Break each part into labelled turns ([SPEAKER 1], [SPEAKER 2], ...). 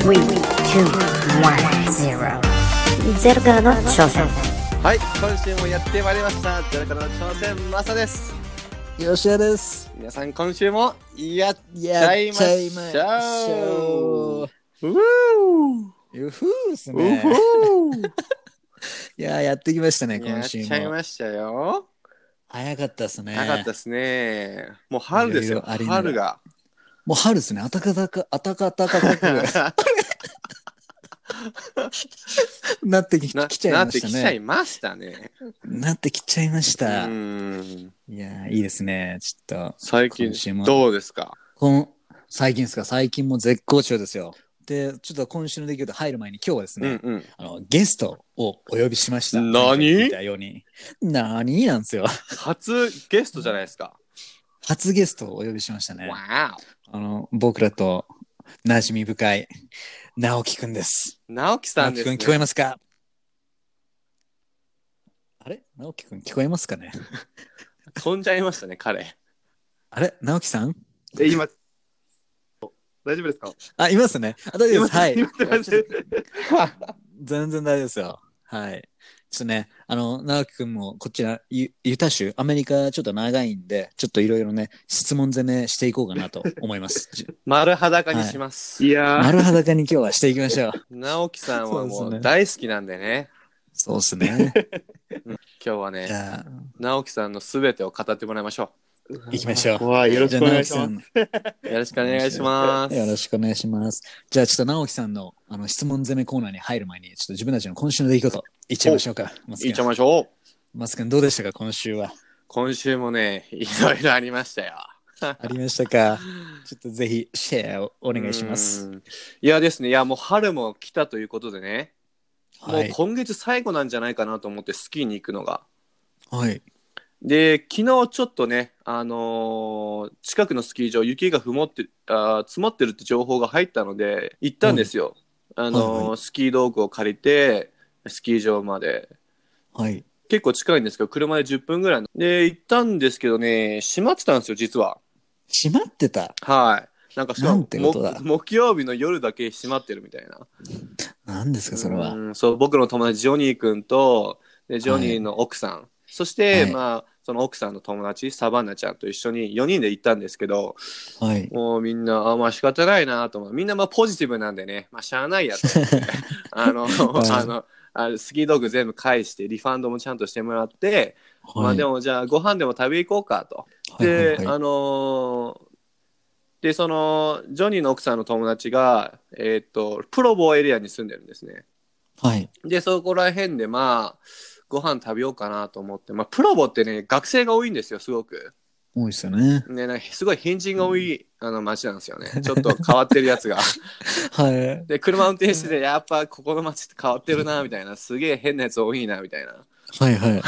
[SPEAKER 1] three, two, one, zero. ゼロからの挑戦。
[SPEAKER 2] はい、今週もやってまいりました。ゼロからの挑戦、マサです。
[SPEAKER 3] よっしゃです。
[SPEAKER 2] 皆さん、今週もやっ
[SPEAKER 3] や
[SPEAKER 2] っちゃいましょう
[SPEAKER 3] ょう。
[SPEAKER 2] うー
[SPEAKER 3] うふうっす
[SPEAKER 2] うー
[SPEAKER 3] ね。
[SPEAKER 2] ふー
[SPEAKER 3] いやー、やってきました
[SPEAKER 2] や
[SPEAKER 3] ね、
[SPEAKER 2] っ
[SPEAKER 3] 今週
[SPEAKER 2] ちゃい
[SPEAKER 3] も。
[SPEAKER 2] ましたよ。
[SPEAKER 3] 早かったですね。
[SPEAKER 2] なかったですね。もう春ですよ、
[SPEAKER 3] いろいろありながら
[SPEAKER 2] 春が。
[SPEAKER 3] もう春ですね。暖かか、暖か暖かくなってき
[SPEAKER 2] な
[SPEAKER 3] きちゃい
[SPEAKER 2] な
[SPEAKER 3] ま
[SPEAKER 2] って
[SPEAKER 3] し
[SPEAKER 2] き
[SPEAKER 3] た
[SPEAKER 2] ちゃい
[SPEAKER 3] ね。
[SPEAKER 2] ましたね。
[SPEAKER 3] なってきちゃいまし
[SPEAKER 2] う
[SPEAKER 3] た。
[SPEAKER 2] ーん。
[SPEAKER 3] いやー、いいですね。ちょっと。
[SPEAKER 2] 最
[SPEAKER 3] 今週
[SPEAKER 2] 近、
[SPEAKER 3] も
[SPEAKER 2] どうですか
[SPEAKER 3] こん最近ですか最近も絶好調ですよ。で、ちょっと今週の出来事入る前に今日はです
[SPEAKER 2] う
[SPEAKER 3] ね、
[SPEAKER 2] んうん。
[SPEAKER 3] あのゲストをお呼びしました。
[SPEAKER 2] 何
[SPEAKER 3] 言ったように。何なんですよ。
[SPEAKER 2] 初ゲストじゃないですか。
[SPEAKER 3] 初ゲストをお呼びしましたね。
[SPEAKER 2] わ
[SPEAKER 3] あの僕らと馴染み深い直樹くんです。
[SPEAKER 2] お。直樹さ
[SPEAKER 3] 直
[SPEAKER 2] んで
[SPEAKER 3] 樹
[SPEAKER 2] す、
[SPEAKER 3] くん
[SPEAKER 2] ね。
[SPEAKER 3] 聞こえますかあれ直樹くん聞こえますかね
[SPEAKER 2] 飛んじゃいましたね、彼。
[SPEAKER 3] あれ直樹さん
[SPEAKER 4] え、今、大丈夫ですか
[SPEAKER 3] あ、いますね。あ、大丈夫です。はい
[SPEAKER 4] 今。今大丈夫
[SPEAKER 3] 全然大丈夫ですよ。はい。ちょっとね、あの、直樹くんもこちらユユタ州、アメリカちょっと長いんで、ちょっといろいろね、質問攻めしていこうかなと思い ます。じ
[SPEAKER 2] 丸裸にします。
[SPEAKER 4] いやー、
[SPEAKER 3] 丸裸に今日はしていきましょう。
[SPEAKER 2] 直樹さんは
[SPEAKER 3] そ
[SPEAKER 2] も
[SPEAKER 3] うです
[SPEAKER 2] う
[SPEAKER 3] ね
[SPEAKER 2] 大好きなんでね。
[SPEAKER 3] そうですね。
[SPEAKER 2] 今日はね
[SPEAKER 3] じ。ゃあ、
[SPEAKER 2] 直樹さんのすべてを語ってもらいましょ
[SPEAKER 3] 行きましょう。
[SPEAKER 4] 怖い、よろしくお願いし
[SPEAKER 3] じゃあ
[SPEAKER 4] ま
[SPEAKER 3] 直
[SPEAKER 4] す。
[SPEAKER 3] 樹さん
[SPEAKER 2] う。よろしくお願いします。
[SPEAKER 3] よろしくお願いします。じゃあ、ちょっと直樹さんのあの質問攻めコーナーに入る前に、ちょっと自分たちの今週の出来事、いっちゃいましょうか。マス
[SPEAKER 2] いっちゃい
[SPEAKER 3] 君、
[SPEAKER 2] ましょう。
[SPEAKER 3] マス君どうでしたか、今週は。
[SPEAKER 2] 今週もね、いろいろありましたよ。
[SPEAKER 3] ありましたか。ちょっとぜひシェアをお
[SPEAKER 2] お
[SPEAKER 3] 願いします。。
[SPEAKER 2] いやですね、いやもう春も来たということでね、
[SPEAKER 3] は
[SPEAKER 2] も。
[SPEAKER 3] いう
[SPEAKER 2] 今月最後なんじゃないかなと思ってスキーに行くのが。
[SPEAKER 3] はい。
[SPEAKER 2] で、昨日ちょっとね、あのー近くのスキー場、雪がふもってあー積もってるって情報が入ったので、行ったんですよ。あのー
[SPEAKER 3] はいは
[SPEAKER 2] スキー道具を借りて、スキー場まで。
[SPEAKER 3] はい。
[SPEAKER 2] 結構近いんですけど、車で10分ぐらいの。で、行ったんですけどね、閉まってたんですよ、実は。
[SPEAKER 3] 閉まってた。
[SPEAKER 2] はい。なんかしか
[SPEAKER 3] なん
[SPEAKER 2] も
[SPEAKER 3] て
[SPEAKER 2] も
[SPEAKER 3] ことだ
[SPEAKER 2] 木曜日の夜だけ閉まってるみたいな。
[SPEAKER 3] 何ですか、それは。
[SPEAKER 2] うんそう、僕の友達、ジョニー君と、でジョニーの奥さん、そして、
[SPEAKER 3] はい
[SPEAKER 2] まあ、その奥さんの友達、サバンナちゃんと一緒に4人で行ったんですけど、
[SPEAKER 3] はい。
[SPEAKER 2] もうみんな、あ、まあ仕方ないなと思う。みんなまあポジティブなんでね、まあしゃあない やと思って。あの、あの、あのスキー道具全部返して、リファンドもちゃんとしてもらって、まあで
[SPEAKER 3] も、
[SPEAKER 2] もじゃあご飯でも食べ行こうかと。
[SPEAKER 3] はい
[SPEAKER 2] で、
[SPEAKER 3] はい
[SPEAKER 2] あ
[SPEAKER 3] はい
[SPEAKER 2] のーでそのジョニーの奥さんの友達が、えーっとプロボーエリアに住んでるんですね。
[SPEAKER 3] はい。
[SPEAKER 2] でそこら辺でまあご飯食べようかなと思って、まあ、プロボってね学生が多いんですよすごく。
[SPEAKER 3] 多いですよね。
[SPEAKER 2] ねなんかすごい変人が多い、あの街なんですよねちょっと変わってるやつ が。
[SPEAKER 3] はい。
[SPEAKER 2] で車運転しててやっぱここの街って変わってるなみたいなすげえ変なやつ多いなみたいな。
[SPEAKER 3] はいはい。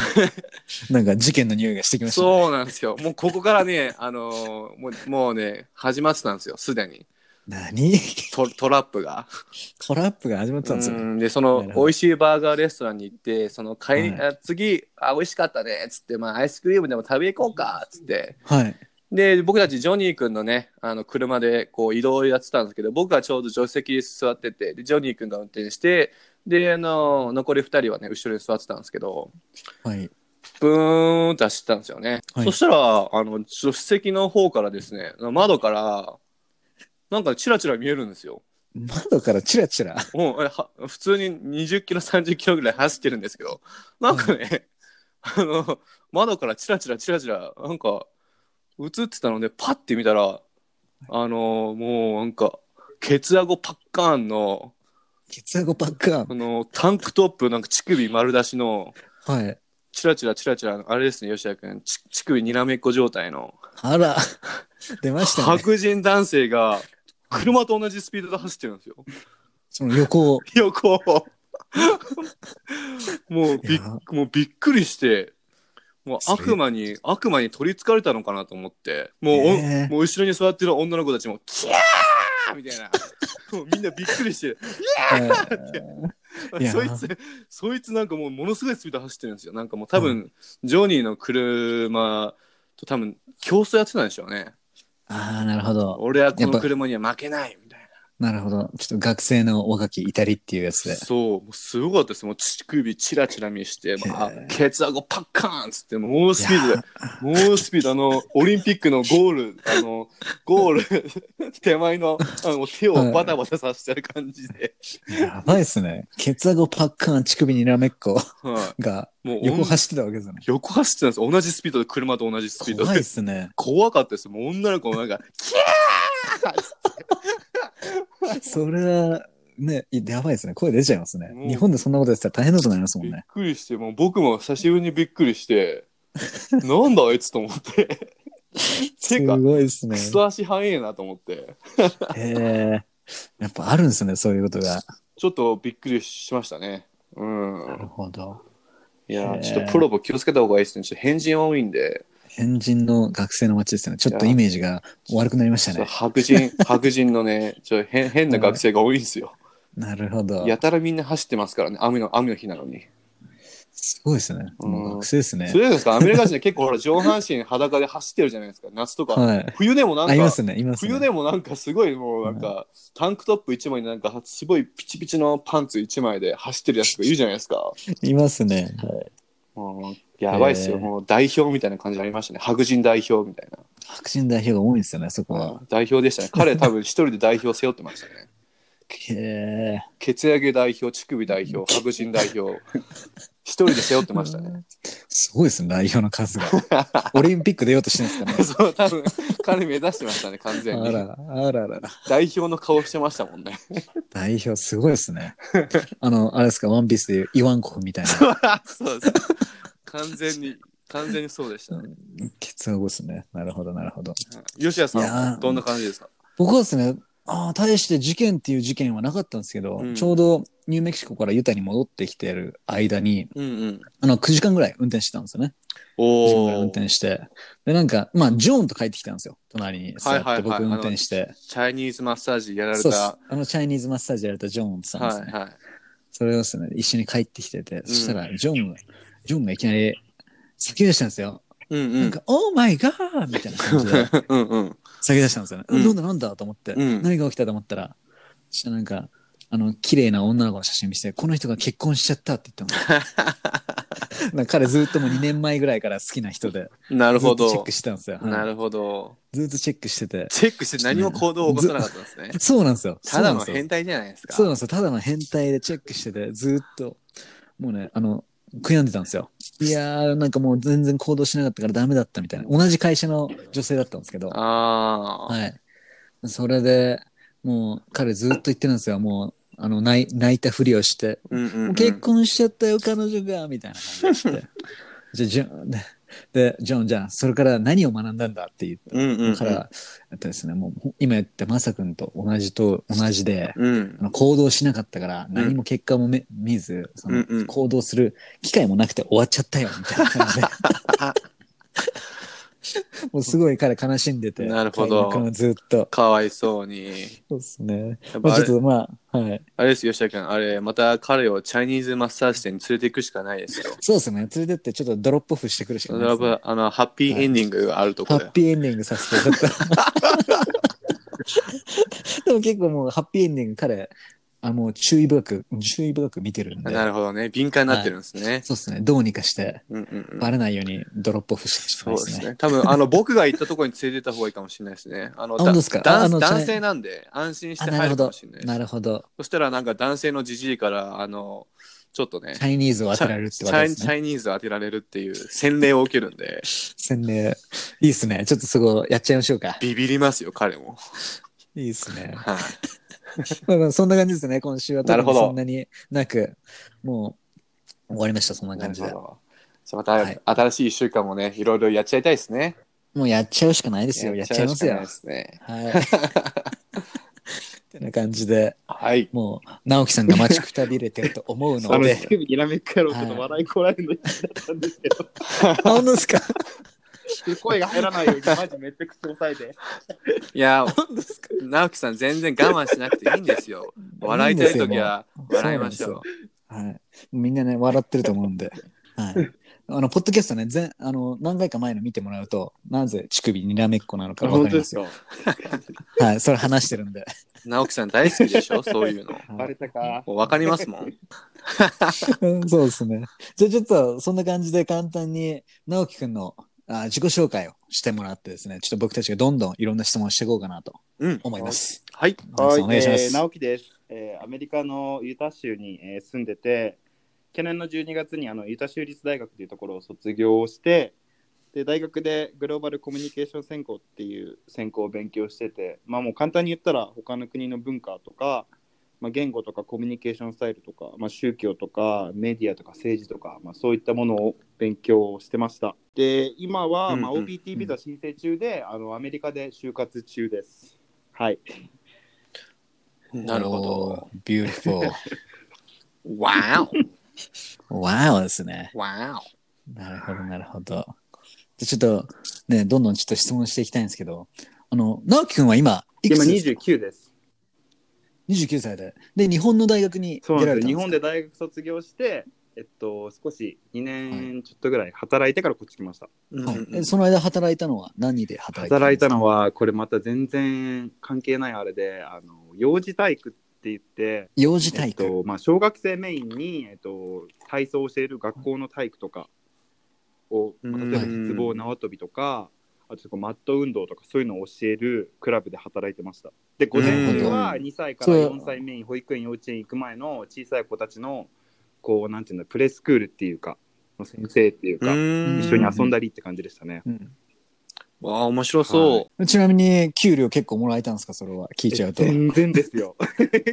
[SPEAKER 3] なんか事件の匂いがしてきましたね。
[SPEAKER 2] そうなんですよ。もうここからね、 あのーもうもうね、始まってたんですよ、すでに。
[SPEAKER 3] 何
[SPEAKER 2] トトラップが。
[SPEAKER 3] トラップが始まってたんですよ
[SPEAKER 2] う
[SPEAKER 3] ね。
[SPEAKER 2] んで、その
[SPEAKER 3] な
[SPEAKER 2] 美
[SPEAKER 3] る、ほど
[SPEAKER 2] 味しいバーガーレストランに行って、その、買い、
[SPEAKER 3] は
[SPEAKER 2] あ次、あ、美味しかったね、つって、まあ、アイスクリームでも食べ行こうか、つって。
[SPEAKER 3] はい。
[SPEAKER 2] で、僕たち、ジョニー君のね、あの、車で、こう、移動をやってたんですけど、僕がちょうど助手席に座ってて、で、ジョニー君が運転して、で、あのー残り2人はね、後ろに座ってたんですけど、
[SPEAKER 3] はい。
[SPEAKER 2] ブーンと走ったんですよね、
[SPEAKER 3] はい
[SPEAKER 2] そしたらあの助手席の方からですね窓からなんかチラチラ見えるんですよ
[SPEAKER 3] 窓からチラチラ。
[SPEAKER 2] もうえは普通に20キロ30キロぐらい走ってるんですけどなんかね、 あの窓からチラチラチラチラなんか映ってたのでパッて見たらあのもうなんかケツアゴパッカーンの
[SPEAKER 3] ケツアゴパッカー
[SPEAKER 2] あのタンクトップなんか乳首丸出しの
[SPEAKER 3] ン。はい。
[SPEAKER 2] チラチラチラチラあれですね吉田君ち乳首にらめっこ状態の。
[SPEAKER 3] あら、出ましたね。
[SPEAKER 2] 白人男性が車と同じスピードで走ってるんですよ。
[SPEAKER 3] その横を。
[SPEAKER 2] 横を。もうびっ
[SPEAKER 3] いや
[SPEAKER 2] もうびっくりして、もう
[SPEAKER 3] それ
[SPEAKER 2] 悪魔に、悪魔に取りつかれたのかなと思って、もうお、
[SPEAKER 3] ねえ
[SPEAKER 2] もう後ろに座ってる女の子たちも、キャーみたいな。 もうみんなびっくりして、
[SPEAKER 3] いや
[SPEAKER 2] そいつ、そいつなんかもうものすごいスピード走ってるんですよ。なんかもう多分、ジョニーの車と多分競争やってたんでしょうね。
[SPEAKER 3] ああ、なるほど。
[SPEAKER 2] 俺はこ
[SPEAKER 3] やっ
[SPEAKER 2] の
[SPEAKER 3] ぱ
[SPEAKER 2] 車には負けないみたいな。
[SPEAKER 3] なるほど。ちょっと学生の若き至りっていうやつで。
[SPEAKER 2] そう、もうすごかったです。もう乳首チラチラ見して、まあ
[SPEAKER 3] へえ、
[SPEAKER 2] ケツアゴパッカーンっつって、もう猛スピードで、猛スピード、あの、オリンピックのゴール、あの、ゴール 手前の、あの手をバタバタさせてる感じで、
[SPEAKER 3] やばいっすね。ケツアゴパッカーン乳首にらめっこ
[SPEAKER 2] は
[SPEAKER 3] が
[SPEAKER 2] い、もう
[SPEAKER 3] 横
[SPEAKER 2] 横走
[SPEAKER 3] 走ってたわけですね。
[SPEAKER 2] 横走ってたんです。同じスピードで、車と同じスピード
[SPEAKER 3] 怖い
[SPEAKER 2] で
[SPEAKER 3] っ。すね。
[SPEAKER 2] 怖かったです。もう女の子もなんか、キャー
[SPEAKER 3] それは、ね、やばいですね。声出ちゃいますね
[SPEAKER 2] う。ん
[SPEAKER 3] 日本でそんなことやってたら大変なことになりますもん
[SPEAKER 2] びっ
[SPEAKER 3] ね。
[SPEAKER 2] くりして、もう僕も久しぶりにびっくりして、なんだあいつと思 って、て
[SPEAKER 3] す
[SPEAKER 2] か
[SPEAKER 3] ごいですね
[SPEAKER 2] ク。ソ足早いなと思って、
[SPEAKER 3] へえ。やっぱあるんですね、そういうことが。
[SPEAKER 2] ちょっとびっくりしましたね。う
[SPEAKER 3] なる
[SPEAKER 2] ん。
[SPEAKER 3] ほど。
[SPEAKER 2] いや
[SPEAKER 3] へー
[SPEAKER 2] ー、ちょっとプロボ気をつけた方がいいですね。ちょっと変人多いんで、
[SPEAKER 3] 変人の学生の街ですね。ちょっとイメージが悪くなりまし
[SPEAKER 2] ちょ
[SPEAKER 3] た
[SPEAKER 2] っと白
[SPEAKER 3] ね。
[SPEAKER 2] 人、白人のね、ちょっと変変な学生が多いんですよ。
[SPEAKER 3] なるほど。
[SPEAKER 2] やたらみんな走ってますからね、雨の雨の日なのに。
[SPEAKER 3] すごいですね。
[SPEAKER 2] うん
[SPEAKER 3] もう学生ですね
[SPEAKER 2] そ。れですか、アメリカ人は結構ほら、上半身裸で走ってるじゃないですか、夏とか。
[SPEAKER 3] はい。
[SPEAKER 2] 冬でもなん
[SPEAKER 3] あ、いま
[SPEAKER 2] か、
[SPEAKER 3] すね、いますね。
[SPEAKER 2] 冬でもなんかすごいもうなんかタンクトップ1枚になんかすごいピチピチのパンツ1枚で走ってるやつがいるじゃないですか。
[SPEAKER 3] いますね。はい。
[SPEAKER 2] もうやばいっすよ、
[SPEAKER 3] へー
[SPEAKER 2] もう代表みたいな感じありましたね。白人代表みたいな。
[SPEAKER 3] 白人代表が多いんですよね、そこは。
[SPEAKER 2] 代表でしたね。彼多分一人で代表背負ってましたね。
[SPEAKER 3] へえ。
[SPEAKER 2] ケツ上げ代表、乳首代表、白人代表。一人で背負ってましたね。
[SPEAKER 3] すごいですね、代表の 数が。オリンピック出ようとしてるんですか
[SPEAKER 2] そ
[SPEAKER 3] ね。
[SPEAKER 2] う、多分彼目指してましたね、完全
[SPEAKER 3] あ
[SPEAKER 2] に。
[SPEAKER 3] ら、あららら。
[SPEAKER 2] 代表の顔してましたもんね。
[SPEAKER 3] 代表すごいですね。あの、あれですか、ワンピースでいうイワンコフみた いな。
[SPEAKER 2] そうです。完全に、完全にそうでしたね。
[SPEAKER 3] 結合ですね。なるほど、なるほど。
[SPEAKER 2] 吉谷
[SPEAKER 3] いや
[SPEAKER 2] さ
[SPEAKER 3] ー
[SPEAKER 2] ん、どんな感じですか
[SPEAKER 3] 僕はですね、ああ、大して事件っていう事件はなかったんですけど、
[SPEAKER 2] うん
[SPEAKER 3] ちょうどニューメキシコからユタに戻ってきてる間に、
[SPEAKER 2] うんうん。
[SPEAKER 3] あの、9時間ぐらい運転してたんですよね。9時間ぐらい
[SPEAKER 2] お
[SPEAKER 3] 運
[SPEAKER 2] お。チ
[SPEAKER 3] 転して。で、なんか、まあ、ジョーンと帰ってきたんですよ。隣に座
[SPEAKER 2] はい
[SPEAKER 3] っ
[SPEAKER 2] は
[SPEAKER 3] て
[SPEAKER 2] いはい
[SPEAKER 3] 僕運転して。
[SPEAKER 2] ャイニーズマッサージやられた。
[SPEAKER 3] そうです
[SPEAKER 2] は。
[SPEAKER 3] あの、チャイニーズマッサージやられたジョーンさんですね。
[SPEAKER 2] いはい。
[SPEAKER 3] それをですね、一緒に帰ってきてて、そしたら、ジョンが、ジョンがいきなり、叫び出したんですよ。
[SPEAKER 2] うんう
[SPEAKER 3] なん
[SPEAKER 2] ん。
[SPEAKER 3] か、オーマイガーみたいな感じで、
[SPEAKER 2] うんうん。
[SPEAKER 3] 叫び出したんですよね。
[SPEAKER 2] うん
[SPEAKER 3] なんだなんだと思って、
[SPEAKER 2] うん
[SPEAKER 3] 何が起きたと思ったら、そしたらなんか、あの、綺麗な女の子の写真見せて、この人が結婚しちゃったって言った の。なんか彼ずっともう2年前ぐらいから好きな人で、
[SPEAKER 2] なる
[SPEAKER 3] ず
[SPEAKER 2] ほ
[SPEAKER 3] っとチェッ
[SPEAKER 2] ど
[SPEAKER 3] ク。してたんですよ。はい
[SPEAKER 2] なるほど。
[SPEAKER 3] ずっとチェックしてて。
[SPEAKER 2] チェックして何も行動を起こさなかったんですね。
[SPEAKER 3] そうなんですよ。
[SPEAKER 2] ただの
[SPEAKER 3] そうなんですよ
[SPEAKER 2] 変態じゃないですか。
[SPEAKER 3] そうなんですよ。ただの変態でチェックしてて、ずーっと、もうね、あの、悔やんでたんですよ。いやー、なんかもう全然行動しなかったからダメだったみたいな。同じ会社の女性だったんですけど、は
[SPEAKER 2] ああ。
[SPEAKER 3] い。それで、もう彼ずーっと言ってるんですよ。もう、あの、泣い泣いたふりをして、
[SPEAKER 2] うんうんうん。
[SPEAKER 3] 結婚しちゃったよ、彼女が、みたいな感じで 言って。じゃあ、ジョン、でで、ジョン、じゃあ、それから何を学んだんだって言って
[SPEAKER 2] うんうんうん。
[SPEAKER 3] から、えっとですね、もう、今言ったまさくんと同じと同じで、
[SPEAKER 2] うん
[SPEAKER 3] あ。の行動しなかったから
[SPEAKER 2] ん
[SPEAKER 3] 何も結果もめ、見ずそ
[SPEAKER 2] う
[SPEAKER 3] の、
[SPEAKER 2] んうん
[SPEAKER 3] 行動する機会もなくて終わっちゃったよみたいな感じで もうすごい彼悲しんでて
[SPEAKER 2] なるほど
[SPEAKER 3] 帰りの車ずっと
[SPEAKER 2] かわいそうに。
[SPEAKER 3] そうですね
[SPEAKER 2] やっ
[SPEAKER 3] ま
[SPEAKER 2] ぱ
[SPEAKER 3] あ
[SPEAKER 2] あ
[SPEAKER 3] ちょ
[SPEAKER 2] れ
[SPEAKER 3] っとまあはい
[SPEAKER 2] あれですよ、吉田君。あれ、また彼をチャイニーズマッサージ店に連れていくしかないですよ。
[SPEAKER 3] そうですね連れてってちょっとドロップオフしてくるしか
[SPEAKER 2] そ
[SPEAKER 3] ない
[SPEAKER 2] れは
[SPEAKER 3] ですね、
[SPEAKER 2] やっぱあの、ハッピーエンディングがあると
[SPEAKER 3] ハ
[SPEAKER 2] こで
[SPEAKER 3] ッ。ピーエンディングさせ てちょっとでも結構もうハッピーエンディング彼あもう注意深く注意深く見てるんで
[SPEAKER 2] なるほどね。敏感になってるんですね。
[SPEAKER 3] そうですねどうにかして
[SPEAKER 2] うんうんうん。
[SPEAKER 3] バレないようにドロップオフしてし
[SPEAKER 2] そ
[SPEAKER 3] ま
[SPEAKER 2] うで
[SPEAKER 3] いですすね。
[SPEAKER 2] ね。多分、あの、僕が行ったところに連れてった方がいいかもしれないですね。あの、
[SPEAKER 3] あ
[SPEAKER 2] だ
[SPEAKER 3] 本当ですかああ
[SPEAKER 2] 男
[SPEAKER 3] の
[SPEAKER 2] 男性なんで、安心し
[SPEAKER 3] あ
[SPEAKER 2] て
[SPEAKER 3] なる
[SPEAKER 2] 入
[SPEAKER 3] ほ
[SPEAKER 2] るか
[SPEAKER 3] ど
[SPEAKER 2] もしれないで
[SPEAKER 3] な
[SPEAKER 2] す。
[SPEAKER 3] るほど。
[SPEAKER 2] そしたら、なんか男性のじじいから、あの、ちょっとね
[SPEAKER 3] チ、ャイニーズを当てられるっ
[SPEAKER 2] チ
[SPEAKER 3] てわけ
[SPEAKER 2] ャイ
[SPEAKER 3] です
[SPEAKER 2] チ
[SPEAKER 3] ね。
[SPEAKER 2] ャイニーズを当てられるっていう洗礼を受けるんで、
[SPEAKER 3] 洗礼。いいっすね。ちょっとそこやっちゃいましょうか。
[SPEAKER 2] ビビりますよ、彼も。
[SPEAKER 3] いいっすね。
[SPEAKER 2] はい。
[SPEAKER 3] まあまあそんな感じですね。今週は特
[SPEAKER 2] なる
[SPEAKER 3] に
[SPEAKER 2] ほど
[SPEAKER 3] そんなになく、もう終わりました。そんな
[SPEAKER 2] な
[SPEAKER 3] 感
[SPEAKER 2] る
[SPEAKER 3] じ
[SPEAKER 2] ほ
[SPEAKER 3] で。
[SPEAKER 2] ど。じゃあまた、
[SPEAKER 3] はい
[SPEAKER 2] 新しい一週間もね、いろいろやっちゃいたいですね。
[SPEAKER 3] もうやっちゃうしかないですよ。やっちゃいますよ
[SPEAKER 2] やっ。ちゃうしかないですね。
[SPEAKER 3] はい。 ってな感じで、
[SPEAKER 2] はい。
[SPEAKER 3] もう直樹さんが待ちくたびれてると思う
[SPEAKER 4] あ
[SPEAKER 3] の
[SPEAKER 4] の、
[SPEAKER 3] で
[SPEAKER 4] 乳。首にらめっかやろうけど、笑いこられるのだったんですけど、
[SPEAKER 3] あ、 本当ですか
[SPEAKER 4] 声が入らないように、マジめちゃくちゃ抑えて。
[SPEAKER 2] いや、直樹さん、全然我慢しなくていいんですよ。 笑いたいときは、笑いましょう。
[SPEAKER 3] はい。みんなね、笑ってると思うんで。はい。あの、ポッドキャストね、全、あの、何回か前の見てもらうと、なぜ乳首にらめっこなのかわ
[SPEAKER 4] 本
[SPEAKER 3] か
[SPEAKER 4] 当
[SPEAKER 3] り
[SPEAKER 4] で
[SPEAKER 3] ますすよ。
[SPEAKER 4] か
[SPEAKER 3] はい、それ話してるんで。
[SPEAKER 2] 直樹さん大好きでしょそういうの。
[SPEAKER 4] バレたか。
[SPEAKER 2] もう分かりますもん。
[SPEAKER 3] うん そうですね。じゃあちょっと、そんな感じで簡単に、直樹くんのあ自己紹介をしてもらってですね、ちょっと僕たちがどんどんいろんな質問していこうかなと
[SPEAKER 2] うん。
[SPEAKER 3] 思います。
[SPEAKER 2] はい。
[SPEAKER 4] はい、
[SPEAKER 3] お願いしま
[SPEAKER 4] えー
[SPEAKER 3] す。
[SPEAKER 4] 直樹です、えーアメリカのユタ州に、えー住んでて、去年の12月にあのユタ州立大学というところを卒業をして、で大学でグローバルコミュニケーション専攻っていう専攻を勉強してて、まあ、もう簡単に言ったら他の国の文化とか、まあ、言語とかコミュニケーションスタイルとか、まあ、宗教とかメディアとか政治とか、まあ、そういったものを勉強してました。で今は、まあ、
[SPEAKER 2] うんうん
[SPEAKER 4] OPT ビザ申請中で、あのアメリカで就活中です。はい
[SPEAKER 2] なるほど。
[SPEAKER 3] おー。ビューティフ
[SPEAKER 2] わ
[SPEAKER 3] ォー。わおですね。
[SPEAKER 2] お。わ
[SPEAKER 3] なるほど、なるほど。じゃあちょっと、ね、どんどんちょっと質問していきたいんですけど、あの、直樹くんは今、いく
[SPEAKER 4] 今
[SPEAKER 3] つですか
[SPEAKER 4] 29です。
[SPEAKER 3] 29歳で。で、日本の大学に
[SPEAKER 4] そう
[SPEAKER 3] 出
[SPEAKER 4] な
[SPEAKER 3] ら
[SPEAKER 4] んで
[SPEAKER 3] れ
[SPEAKER 4] す
[SPEAKER 3] たん
[SPEAKER 4] よ
[SPEAKER 3] で
[SPEAKER 4] 日
[SPEAKER 3] すか
[SPEAKER 4] 本で大学卒業して、えっと、少し2年ちょっとぐらい働いてからこっち来ました。
[SPEAKER 2] お。
[SPEAKER 3] はいえその間働いたのは何で働いたん
[SPEAKER 4] 働
[SPEAKER 3] で
[SPEAKER 4] い
[SPEAKER 3] すか
[SPEAKER 4] たのは、これまた全然関係ないあれで、あの幼児体育って言って、
[SPEAKER 3] 幼児体
[SPEAKER 4] えっ
[SPEAKER 3] 育。
[SPEAKER 4] とまあ、小学生メインに、えっと、体操を教える学校の体育とかを、まあ
[SPEAKER 2] うん
[SPEAKER 4] 例えば鉄棒縄跳びとか、あとこうマット運動とかそういうのを教えるクラブで働いてました。で午前中は
[SPEAKER 2] うん
[SPEAKER 4] 2歳か
[SPEAKER 3] そ
[SPEAKER 4] ら
[SPEAKER 3] う
[SPEAKER 4] 4歳メイン保育園幼稚園行く前の小さい子たちのこうなんていうのプレスクールっていうか先生っていうか、
[SPEAKER 2] ん
[SPEAKER 4] 一緒に遊んだりって感じでしたね。
[SPEAKER 2] わあ、面白そ
[SPEAKER 3] ちなみに、給料結構もらえたんですかそれは聞いちゃうと。
[SPEAKER 4] 全然ですよ。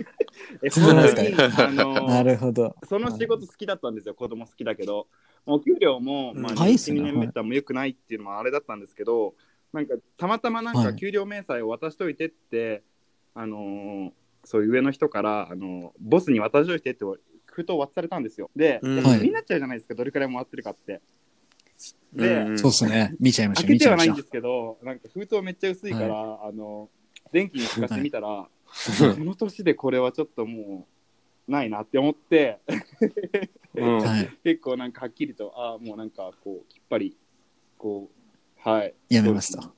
[SPEAKER 4] え
[SPEAKER 3] そう
[SPEAKER 4] 本
[SPEAKER 3] なん
[SPEAKER 4] 当
[SPEAKER 3] ですか
[SPEAKER 4] にあの
[SPEAKER 3] なるほど。
[SPEAKER 4] その仕事好きだったんですよ、子供好きだけど。もうお給料も、まあ、
[SPEAKER 2] うん
[SPEAKER 3] はいっす
[SPEAKER 4] 1、
[SPEAKER 3] ね
[SPEAKER 4] 2年目っても良くないっていうのもあれだったんですけど、なんかたまたまなん
[SPEAKER 3] は
[SPEAKER 4] か
[SPEAKER 3] い
[SPEAKER 4] 給料明細を渡しといてって、あのーそういう上の人から、あのーボスに渡しといてって、ふと渡されたんですよ。で、
[SPEAKER 2] うん
[SPEAKER 4] やっぱ気になっちゃうじゃないですか、どれくらいもらってるかって。
[SPEAKER 2] う。
[SPEAKER 4] で
[SPEAKER 2] ん
[SPEAKER 3] そうですね。見ちゃいました。
[SPEAKER 4] 開け
[SPEAKER 3] 見ちゃ
[SPEAKER 4] て
[SPEAKER 3] い
[SPEAKER 4] は
[SPEAKER 3] ま
[SPEAKER 4] な
[SPEAKER 3] し
[SPEAKER 4] いんですけど、なんか封筒めっちゃ薄いから、あのー電気に透かしてみたら、
[SPEAKER 3] た。
[SPEAKER 4] この年でこれはちょっともう、ないなって思って、
[SPEAKER 2] うん
[SPEAKER 3] はい。
[SPEAKER 4] 結構なんかはっきりと、ああ、もうなんかこう、きっぱり、こう、はい。
[SPEAKER 3] やめますと。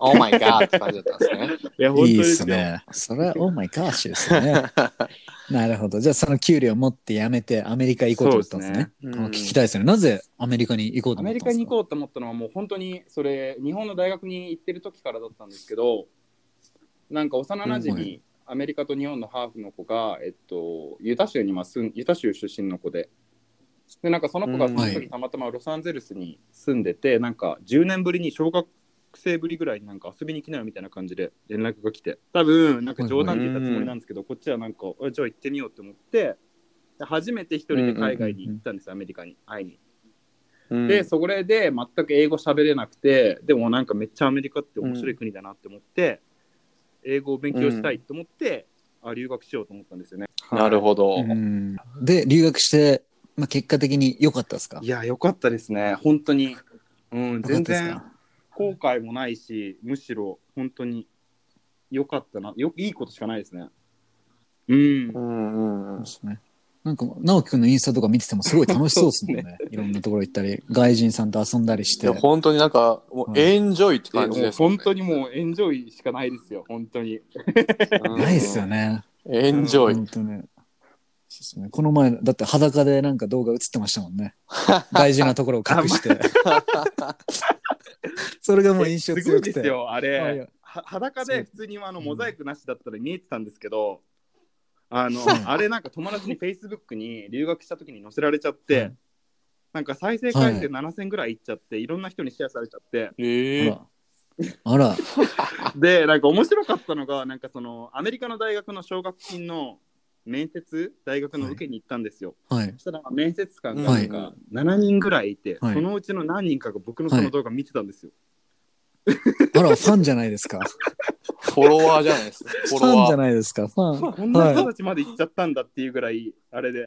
[SPEAKER 2] オーマイガーって感じだったんですね。
[SPEAKER 4] いや、
[SPEAKER 3] いいです。ね。それは、オーマイガーシュですよ ね。 なるほど。じゃあ、その給料持って辞めて、アメリカ行こうと思ったんですね。
[SPEAKER 2] う
[SPEAKER 3] あ
[SPEAKER 2] ん
[SPEAKER 3] 聞きたいですね。なぜアメリカに行こうと
[SPEAKER 4] ア
[SPEAKER 3] 思っ
[SPEAKER 4] メ
[SPEAKER 3] たんです
[SPEAKER 4] リ
[SPEAKER 3] か
[SPEAKER 4] カに行こうと思ったのは、もう本当にそれ、日本の大学に行ってる時からだったんですけど、なんか幼なじ
[SPEAKER 3] うんは
[SPEAKER 4] み、アメリカと日本のハーフの子が、えっと、ユタ州に今住ん、ユタ州出身の子で、で、なんかその子が
[SPEAKER 2] う
[SPEAKER 4] そ
[SPEAKER 2] ん
[SPEAKER 4] の
[SPEAKER 3] はい
[SPEAKER 4] 時たまたまロサンゼルスに住んでて、なんか10年ぶりに小学生ぶりぐらいになんか遊びに来なよみたいな感じで連絡が来て、多分なんか冗談で言ったつもりなんですけど、こっちはなんか、あじゃあ行ってみようって思って、で初めて一人で海外に行ったんですよ、アメリカに、会いに。で、それで全く英語喋れなくて、でもなんかめっちゃアメリカって面白い国だなって思って、英語を勉強したいと思って、あ留学しようと思ったんですよね。
[SPEAKER 2] なる
[SPEAKER 4] ほ
[SPEAKER 2] ほど。
[SPEAKER 3] うんで、留学して、まあ、結果的に良かったですか
[SPEAKER 4] いや、よかったですね、本当に。うん、
[SPEAKER 3] 良かっ
[SPEAKER 4] 全
[SPEAKER 3] たです
[SPEAKER 4] 然
[SPEAKER 3] か
[SPEAKER 4] 後悔もないし、むしろ本当に良かったな、よいいことしかないですね。うん
[SPEAKER 2] う、んうんう
[SPEAKER 3] そうんですね。なんか、直樹くんのインスタとか見ててもすごい楽しそうですもんね。いろんなところ行ったり、外人さんと遊んだりし
[SPEAKER 2] い
[SPEAKER 3] て
[SPEAKER 2] や。本当になんか、もうエンジョイって
[SPEAKER 4] で
[SPEAKER 2] 感じ
[SPEAKER 4] もう
[SPEAKER 2] ですもん
[SPEAKER 4] 本
[SPEAKER 2] ね。
[SPEAKER 4] 当にもうエンジョイしかないですよ、本当に。
[SPEAKER 2] うん
[SPEAKER 3] ないっすよね。
[SPEAKER 2] エンジョイ。
[SPEAKER 3] 本当ね。そうですね。この前、だって裸でなんか動画映ってましたもんね。大事なところを隠して。それがもう印象
[SPEAKER 4] すご
[SPEAKER 3] 強
[SPEAKER 4] い
[SPEAKER 3] く
[SPEAKER 4] です
[SPEAKER 3] て。
[SPEAKER 4] よ、あ
[SPEAKER 3] あい
[SPEAKER 4] れ
[SPEAKER 3] や。
[SPEAKER 4] は裸で普通にあの
[SPEAKER 3] うん
[SPEAKER 4] モザイクなしだったら見えてたんですけど、あの、
[SPEAKER 3] うん
[SPEAKER 4] あれなんか友達に Facebook に留学した時に載せられちゃって、
[SPEAKER 3] うん
[SPEAKER 4] なんか再生回数7000ぐらいいっちゃって、い、ろんな人にシェアされちゃって、
[SPEAKER 2] ええ。
[SPEAKER 3] あら。あら。
[SPEAKER 4] で、なんか面白かったのが、なんかそのアメリカの大学の奨学金の面接、大学の受けに行ったんですよ。
[SPEAKER 3] はい
[SPEAKER 4] そ。したら面接官がなん
[SPEAKER 2] は
[SPEAKER 4] か7人ぐらいいて、
[SPEAKER 3] はい
[SPEAKER 4] そのうちの何人かが僕のその動画見てたんですよ。
[SPEAKER 3] あら、ファンじゃないですか。
[SPEAKER 2] フォロワーじゃないですか。フ
[SPEAKER 3] フ
[SPEAKER 2] ォロ
[SPEAKER 3] ァンじゃ
[SPEAKER 2] ワー。
[SPEAKER 3] ないですか。ファン。
[SPEAKER 4] こんな人たちまで行っちゃったんだっていうぐらい、あれで。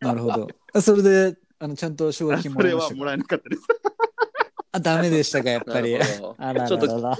[SPEAKER 3] なるほど。あそれで、あの、ちゃんと奨
[SPEAKER 4] あ
[SPEAKER 3] 学金
[SPEAKER 4] そ
[SPEAKER 3] もら
[SPEAKER 4] れ
[SPEAKER 3] いまし
[SPEAKER 4] は
[SPEAKER 3] た
[SPEAKER 4] も
[SPEAKER 3] から
[SPEAKER 4] えなかったです。
[SPEAKER 3] あ、ダメでしたか、やっぱり。
[SPEAKER 2] なるほど
[SPEAKER 3] あらららら
[SPEAKER 2] ちょっと
[SPEAKER 3] ま